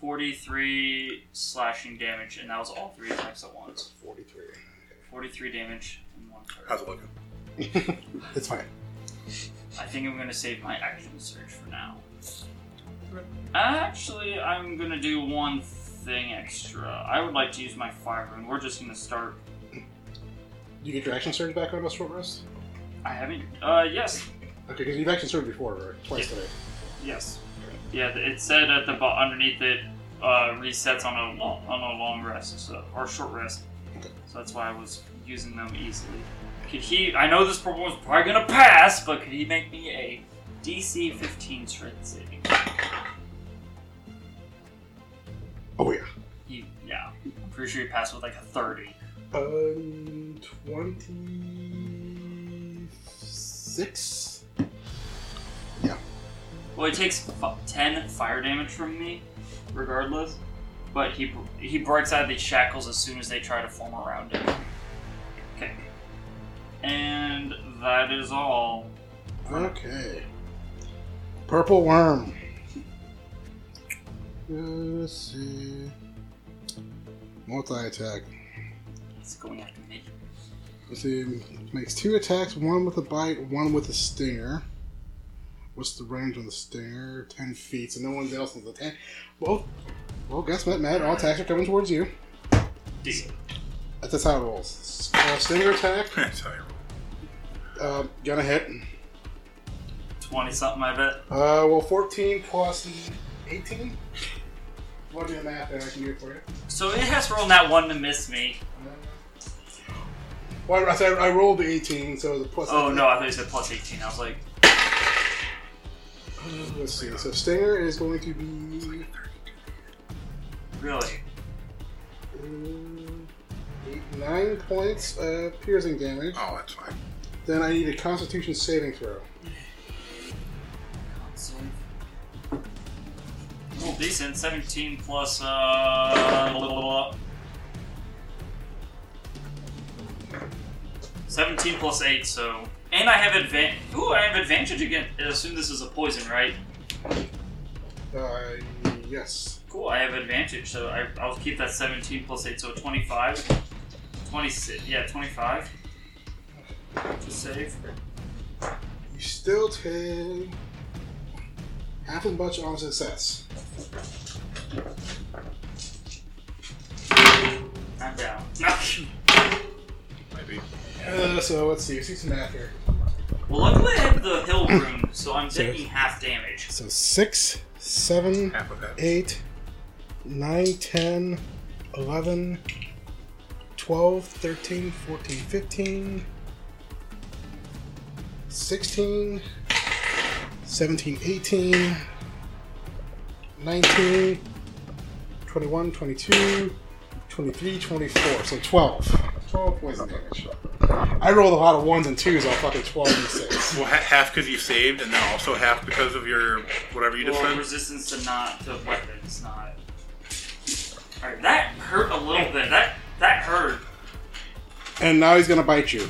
Forty-three slashing damage, and that was all three attacks at once.
43.
Forty-three damage in one turn.
How's it looking?
It's fine.
I think I'm gonna save my action search for now. Actually, I'm gonna do one thing extra. I would like to use my fire rune. We're just gonna start.
You get your action surge back on a short rest?
I haven't. Uh, yes,
Okay, because you've action surge before, right? Twice today.
yes. Yeah, it said at the bo- underneath it uh, resets on a long, on a long rest so, or short rest. So that's why I was using them easily. Could he? I know this purple was probably gonna pass, but could he make me a DC 15 strength saving?
Oh, yeah.
He, yeah, I'm pretty sure he passed with like a 30.
Um, 26?
Well, he takes f- 10 fire damage from me, regardless. But he he breaks out of these shackles as soon as they try to form around him. Okay. And that is all.
Okay. Purple worm. Uh, Let's see. Multi attack.
It's going after me.
Let's see. Makes two attacks one with a bite, one with a stinger. What's the range on the stinger? 10 feet, so no one else is a 10. Well, well, guess what, Matt? All attacks are coming towards you. That's how it rolls. Uh, stinger attack.
That's how you roll.
Uh, gonna hit.
20 something, I bet.
Uh, well, 14 plus 18. We'll do the math there. I can do it for you.
So it has to roll that one to miss me.
Uh, Well, I, I, I rolled the 18, so the plus.
Oh no, I thought you said plus 18. I was like,
Let's see. So Stinger is going to be
really?
um, eight, nine points of piercing damage.
Oh, that's fine.
Then I need a Constitution saving throw.
Well, decent. 17 plus, uh. blah, blah, blah. 17 plus 8, so. And I have advantage. Ooh, I have advantage again. I assume this is a poison, right?
Uh, yes.
Cool, I have advantage, so I, I'll keep that 17 plus 8, so 25. 26. Yeah, 25. To save.
You still take half as much on success.
I'm down.
Maybe.
Uh, so let's see. Let's do some math here.
well, luckily I have the hill room, so I'm taking half damage.
So six, seven,
Half of that.
8, 9, 10, 11, 12, 13, 14, 15, 16, 17, 18, 19, 21, 22, 23, 24. So 12. 12 poison damage. I rolled a lot of ones and twos on fucking 12 and 6.
Well, ha- half because you saved, and then also half because of your whatever you just
Well,
said.
resistance to not to weapons, not. All right, that hurt a little bit. That that hurt.
And now he's gonna bite you.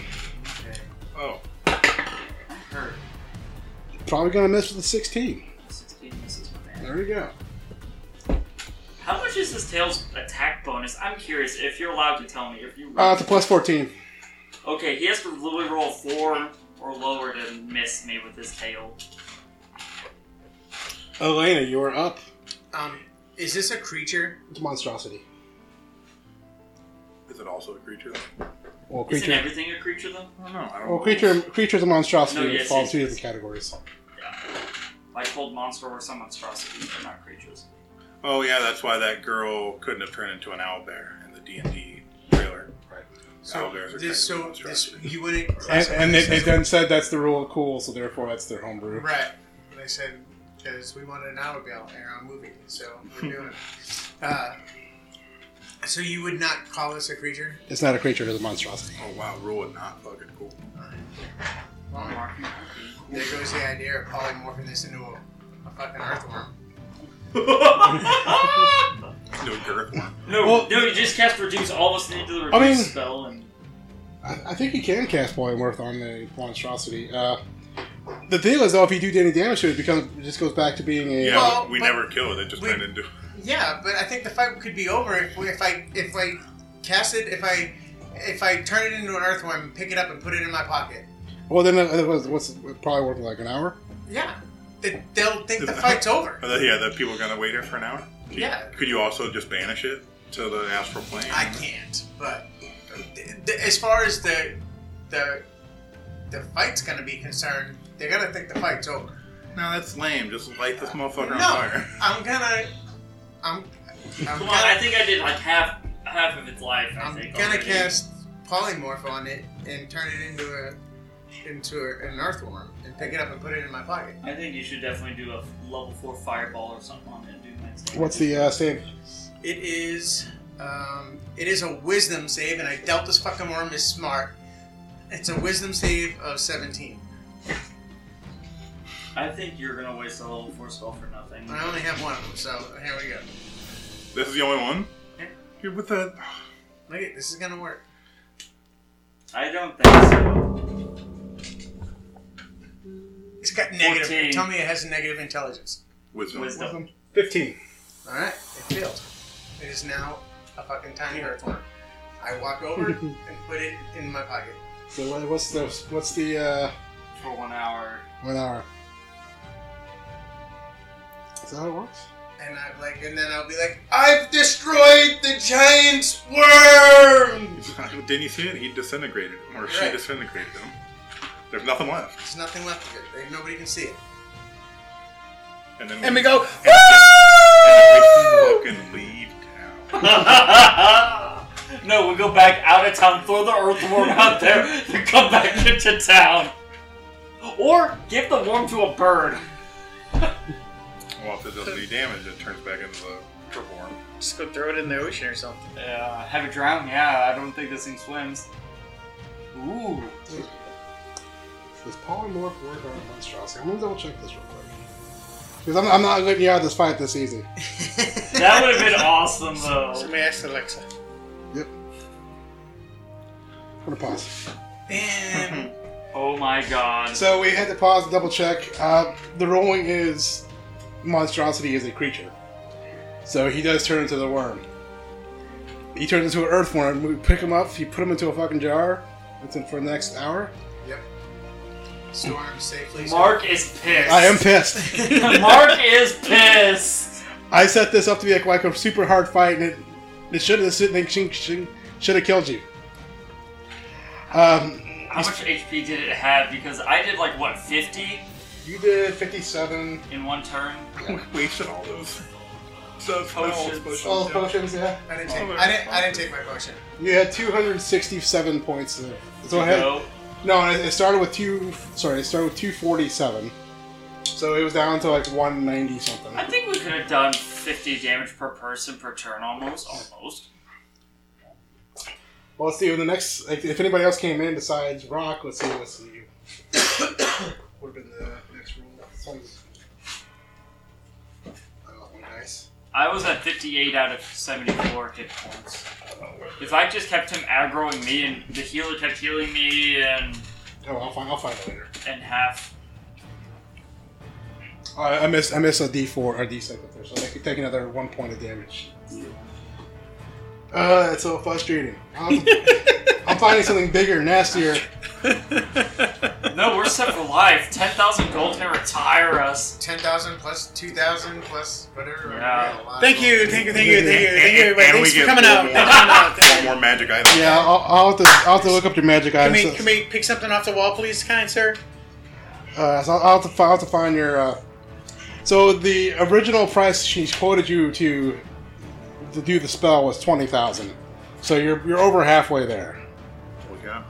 Oh,
That hurt.
Probably gonna miss with the 16.
Sixteen misses my man.
There we go.
How much is this tail's attack bonus? I'm curious if you're allowed to tell me. If you
Uh, it's a plus 14.
Okay, he has to literally roll four or lower to miss me with his tail.
Elena, you are up.
Um, is this a creature?
It's a monstrosity.
Is it also a creature?
Well,
Isn't
creature.
everything a creature though?
I don't know. I don't
Well, creature. Creature is a monstrosity.
No,
and it
yes,
falls
yes,
two
yes.
different categories.
Like cold monster or some monstrosity, they're not creatures.
Oh yeah, that's why that girl couldn't have turned into an owl bear in the D and D trailer. Right.
So
Owlbears are
this,
kind of
so this,
monstrosity.
you wouldn't.
And,
classify
and they,
this
they
as-
then said that's the rule of cool, so therefore that's their homebrew.
right. They said because we wanted an Automobile air on movie, so we're doing it. Uh, so you would not call this a creature?
It's not a creature. It's a monstrosity.
Oh wow, rule it not fucking cool.
Well, there goes the idea of polymorphing this into a, a fucking earthworm.
No girth one.
No,
Well-
no, you just cast reduce all of us need to the reduce
I mean-
spell and
I, I think you can cast Polymorph on the monstrosity. Uh, the thing is, though, if you do any damage to it, it becomes it just goes back to being a. uh,
Yeah,
Well,
we
but-
never kill it. It just
we-
turned into.
Yeah, but I think the fight could be over if, we- if I if I cast it if I if I turn it into an earthworm, pick it up and put it in my pocket.
Well, then uh, what's, what's probably worth like an hour.
Yeah, they, they'll think the fight's over.
Are the, yeah, the people gonna wait here for an hour. Could you-
Yeah.
Could you also just banish it to the astral plane?
I can't. But th- th- as far as the the the fight's gonna be concerned, they're gonna think the fight's over.
No, that's lame. Just light this motherfucker on
No,
fire.
I'm gonna. I'm. I'm
Come on, I
gonna,
think I did like half half of its life. I
I'm
think
gonna
already.
cast polymorph on it and turn it into a into a, an earthworm and pick it up and put it in my pocket.
I think you should definitely do a level four fireball or something on it. Dude, next time.
What's the uh, save?
It is. Um, it is a wisdom save, and I doubt this fucking worm is smart. It's a wisdom save of 17.
I think you're gonna waste a level four spell for nothing.
I only have one of them, so here we go.
This is the only one.
Yeah.
You're with the.
Look at this is gonna work.
I don't think so.
It's got negative.
14.
Tell me it has negative intelligence.
Wisdom.
Wisdom.
Fifteen.
All right, it failed. It is now a fucking tiny earthworm. I walk over and put it in my pocket.
So what- what's the what's the uh,
For one hour.
one hour? Is that how it works?
And I'm like, and then I'll be like, I've destroyed the giant's worm.
Didn't you see it? He disintegrated, or she
Right.
disintegrated him. There's nothing left.
There's nothing left of it. Like, nobody can see it.
And then
And we go,
And we fucking leave town.
no, we go back out of town, throw the earthworm out there, and come back into town. Or give the worm to a bird.
Well, if it doesn't do damage, it turns back into the perform.
just go throw it in the ocean or something.
Uh, have it drown? Yeah, I don't think this thing swims. Ooh.
Does polymorph work on a monstrosity? I'm gonna double check this real quick because I'm, I'm not letting you out of this fight this easy.
That would have been awesome,
Oh.
though.
Somebody asked Alexa.
I'm gonna pause.
Damn.
Oh my god.
So we had to pause, double check. Uh, the rolling is monstrosity is a creature, so he does turn into the worm. He turns into an earthworm. We pick him up. You put him into a fucking jar. That's in for the next hour.
Storm safely.
Mark is pissed.
I am pissed.
Mark is pissed.
I set this up to be like, like a super hard fight, and it, it should have should have killed you. Um,
How much HP did it have? Because I did like what 50
you did fifty-seven.
in one turn.
We wasted all those. So
Potions.
All potions, yeah.
I didn't take. I didn't. I didn't take my potion.
You had two hundred sixty-seven points. Of, so I had,
So,
no, it it started with two. Sorry, it started with two forty-seven. So it was down to like one ninety something.
I think we could have done 50 damage per person per turn, almost, almost.
Well, let's see. When the next, like, if anybody else came in besides Rock, let's see. Let's see. Would have been the next roll. Someone's- I lost Oh, my dice.
I was at 58 out of 74 hit points.
Oh,
If I just kept him aggroing me and the healer kept healing me and
Oh, I'll find. I'll find it later.
and half.
Uh, I miss. I miss a D four or D six up there, so I could take another one point of damage. Uh, that's so frustrating. I'm, I'm finding something bigger, nastier.
No, we're set for life. 10,000 gold can retire us.
Ten thousand plus two thousand plus whatever.
Yeah.
A lot.
Thank you, thank you, thank you, thank you, thank you, everybody.
And we
Thanks for
get
coming
one
out.
more-
Thanks for coming
One
out.
more magic item.
Yeah, I'll, I'll, have to, I'll have to look up your magic
Can
items.
we, can we pick something off the wall, please, kind sir?
Uh, so I'll I'll have, to, fi- I'll have to find your. Uh, so the original price she quoted you to to do the spell was twenty thousand. So you're you're over halfway there.
We got-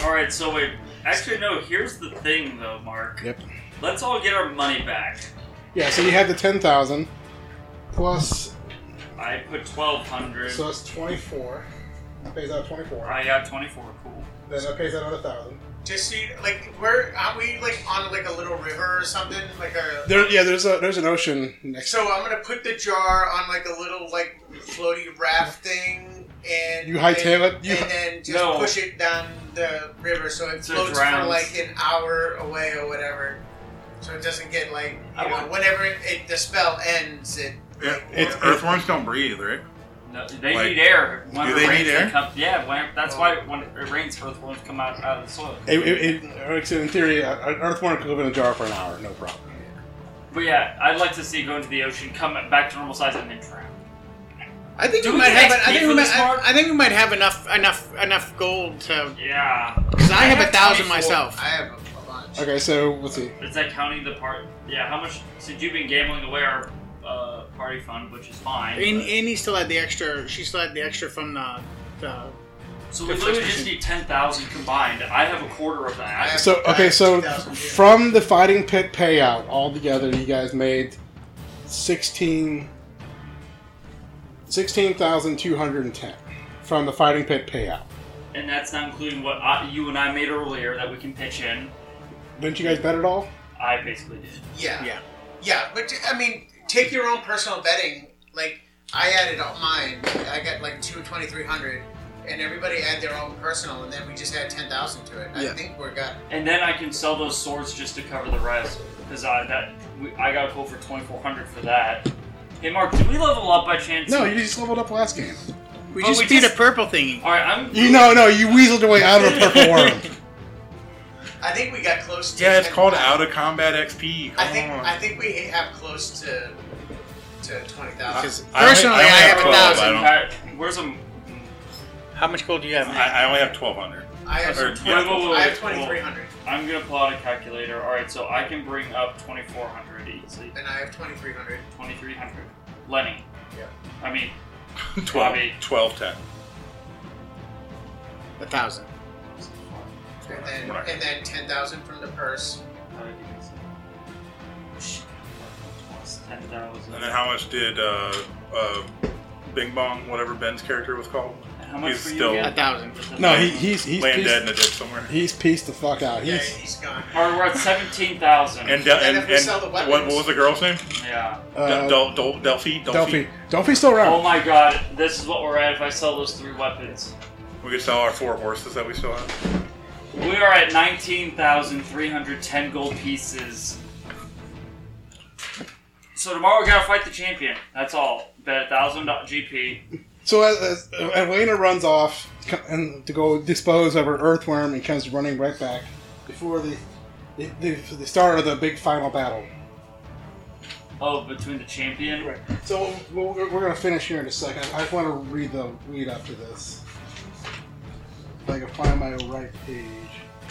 Alright, so wait. Actually, no, here's the thing, though, Mark.
Yep.
Let's all get our money back.
Yeah. So you had the ten thousand plus.
I put 1,200.
So that's twenty four. That pays out twenty four.
I got 24. Cool.
Then that pays out another thousand.
Just so you, like we're aren't we like on like a little river or something like a.
There, yeah. There's a there's an ocean next.
So I'm gonna put the jar on like a little like floaty raft thing, and
You hightail it?
and,
You-
and then just
No.
push it down the river so it
So it
floats for
drowns.
like an hour away or whatever, so it doesn't get like you
I
know
want-
whenever it, it the spell ends it.
Yeah,
It's-
earthworms don't breathe, right?
No, they
Like,
need air. When
do
it
they
rains,
need air?
Come, yeah, when, that's why when it rains, earthworms come out, out of the soil.
It, it, it, so in theory, a- an earthworm could live in a jar for an hour, no problem.
But yeah, I'd like to see it go into the ocean, come back to normal size, and then drown.
I think
Do
we
we
might have.
get
I
XP
think we
for
might.
this,
I,
Mark?
I think we might have enough enough enough gold to.
Yeah.
Because I have a thousand
24.
myself.
I have a, a bunch.
Okay, so let's see.
Is that counting the part? Yeah, how much? Since you've been gambling away our uh, party fund, which is fine.
And,
but-
and he still had the extra. She still had the extra from the. the
so we literally just need 10,000 combined. I have a quarter of
I
that.
have-
So
I
okay,
have
so
2,000 here.
from the fighting pit payout all together, you guys made sixteen. 16,210 from the fighting pit payout.
And that's not including what I, you and I made earlier that we can pitch in.
Didn't you guys bet at all?
I basically did.
Yeah.
Yeah.
Yeah, but I mean, take your own personal betting. Like I added up mine. I got like two twenty three hundred, and everybody add their own personal, and then we just add ten thousand to it.
Yeah.
I think we're got.
And then I can sell those swords just to cover the rest. Because I, that, we, I got a quote for 2,400 for that. Hey, Mark, did we level up by chance?
No, you just leveled up last game.
we
Oh,
just
we
did
just-
a purple thingy.
Alright, I'm.
You know, no, you weaseled your way out of a purple worm.
I think we got close to.
Yeah, it's called
10,000.
out of combat XP.
I
Come
think
on.
I think we have close to to twenty thousand.
Because
I only-
personally, I,
I only have
have a
12,
thousand.
don't-
Alright, where's a.
How much gold do you have?
I, I only have twelve hundred.
I have
Or-
Wait, wait, wait,
I have
wait,
twenty three hundred,
I'm gonna pull out a calculator. Alright, so I can bring up 2,400 easily.
and I have twenty three hundred.
2,300. Lenny.
Yeah.
I mean,
12,
Bobby.
12, 10.
A thousand.
And then,
Right.
and then ten thousand from the purse.
how did you guys say? Shit. Plus 10,000.
And then how much did uh, uh, Bing Bong, whatever Ben's character was called,
And how much
he's
were you
still-
again?
A thousand.
No, he, he's he's
laying dead in
pieced,
the ditch somewhere?
he's pieced the fuck out.
Yeah,
He's
he's gone.
Alright, we're at 17,000.
And, Del
And
and,
if we
and
sell the
what,
weapons-
what was the girl's name?
yeah.
uh,
Del, Del, Del, Delphi?
Delphi. Delphi's still
Oh
around.
my god, this is what we're at if I sell those three weapons.
We could sell our four horses that we still have.
We are at 19,310 gold pieces. So tomorrow we gotta fight the champion. That's all. Bet a thousand GP.
So as, as uh, Elena runs off co- and to go dispose of her earthworm and comes running right back before the the, the, the start of the big final battle.
Oh, between the champion.
Right. So we'll, we're going to finish here in a second. I want to read the lead up to this. If I can find my right page.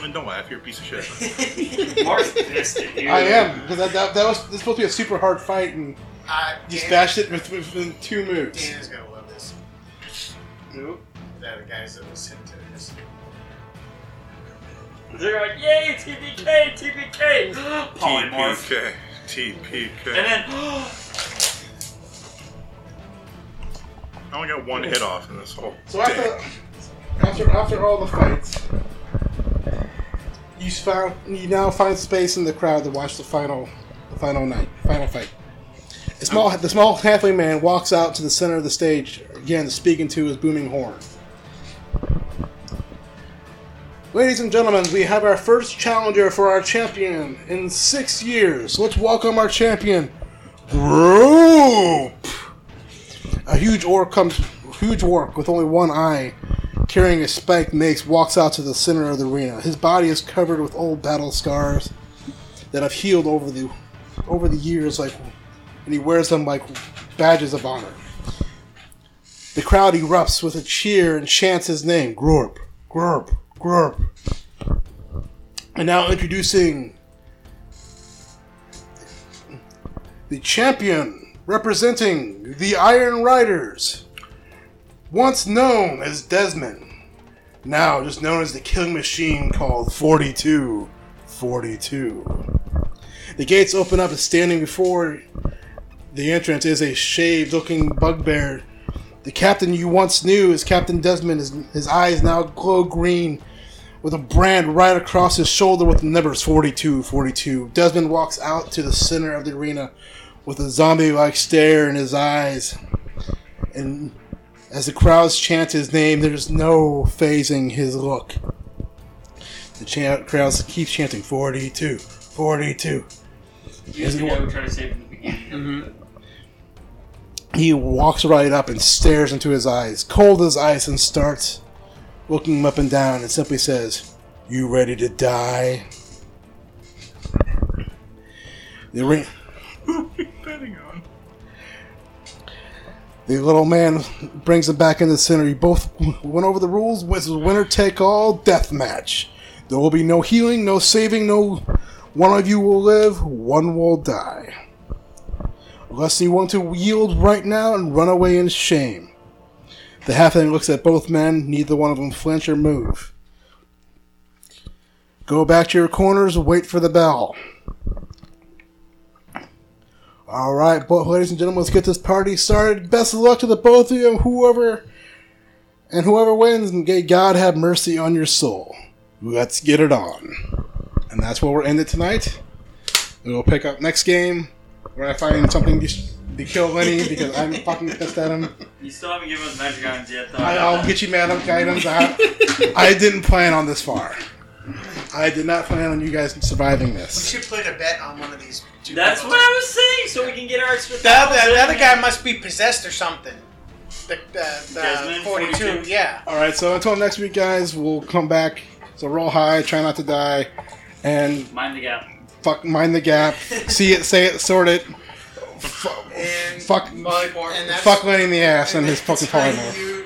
And don't laugh, you're a piece of shit.
Mark's pissed at you.
I am because that, that, that was this was supposed to be a super hard fight and
I,
you
Uh, Dan-
smashed it with, within two moves.
Dan is gonna love this.
Nope.
That the guys that listen to this.
They're like, yay, TPK, TPK! Polymorph.
TPK. TPK.
And then,
I only got one hit off in this whole.
So after, after after all the fights, you found you now find space in the crowd to watch the final the final night final fight. A small the small halfway man walks out to the center of the stage again, speaking to his booming horn. Ladies and gentlemen, we have our first challenger for our champion in six years. Let's welcome our champion, Group. A huge orc comes huge warp with only one eye, carrying a spiked mace, walks out to the center of the arena. His body is covered with old battle scars that have healed over the over the years, like, and he wears them like badges of honor. The crowd erupts with a cheer and chants his name, Grorp, Grorp, Grorp. And now introducing the champion representing the Iron Riders, once known as Desmond, now just known as the killing machine called 4242. The gates open up, and standing before the entrance is a shaved looking bugbear. The captain you once knew is Captain Desmond. His, his eyes now glow green with a brand right across his shoulder with the numbers 42 42. Desmond walks out to the center of the arena with a zombie like stare in his eyes. And as the crowds chant his name, there's no phasing his look. The cha- crowds keep chanting 42 42.
You
Is it
know,
what-
we try to say from the beginning.
He walks right up and stares into his eyes, cold as ice, and starts looking him up and down and simply says, You ready to die? The, ring- the little man brings him back in the center. You both went over the rules. This is winner take all death match. There will be no healing, no saving, no. One of you will live, one will die unless you want to yield right now and run away in shame. The halfling looks at both men, neither one of them flinch or move. Go back to your corners, wait for the bell. Alright, but ladies and gentlemen, let's get this party started. Best of luck to the both of you, whoever and whoever wins, and may God have mercy on your soul. Let's get it on. And that's where we're ended tonight. And We'll pick up next game when I find something to, to kill Lenny because I'm fucking pissed at him.
You still haven't given us magic items yet, though.
I, I'll get you mad up items. I, I didn't plan on this far. I did not plan on you guys surviving
We
this.
should put a bet on one of these. two
That's
people.
what I was saying, so we can get our
The other, the other guy
might.
must be possessed or something. The, the, the
Desmond,
42,
42?
yeah.
All right, so until next week, guys, we'll come back. So roll high, try not to die, and
Mind the gap.
fuck mind the gap. See it, say it, sort it.
And,
Fuck,
and that's,
fuck Lenny in the ass and his fucking polymorph.
you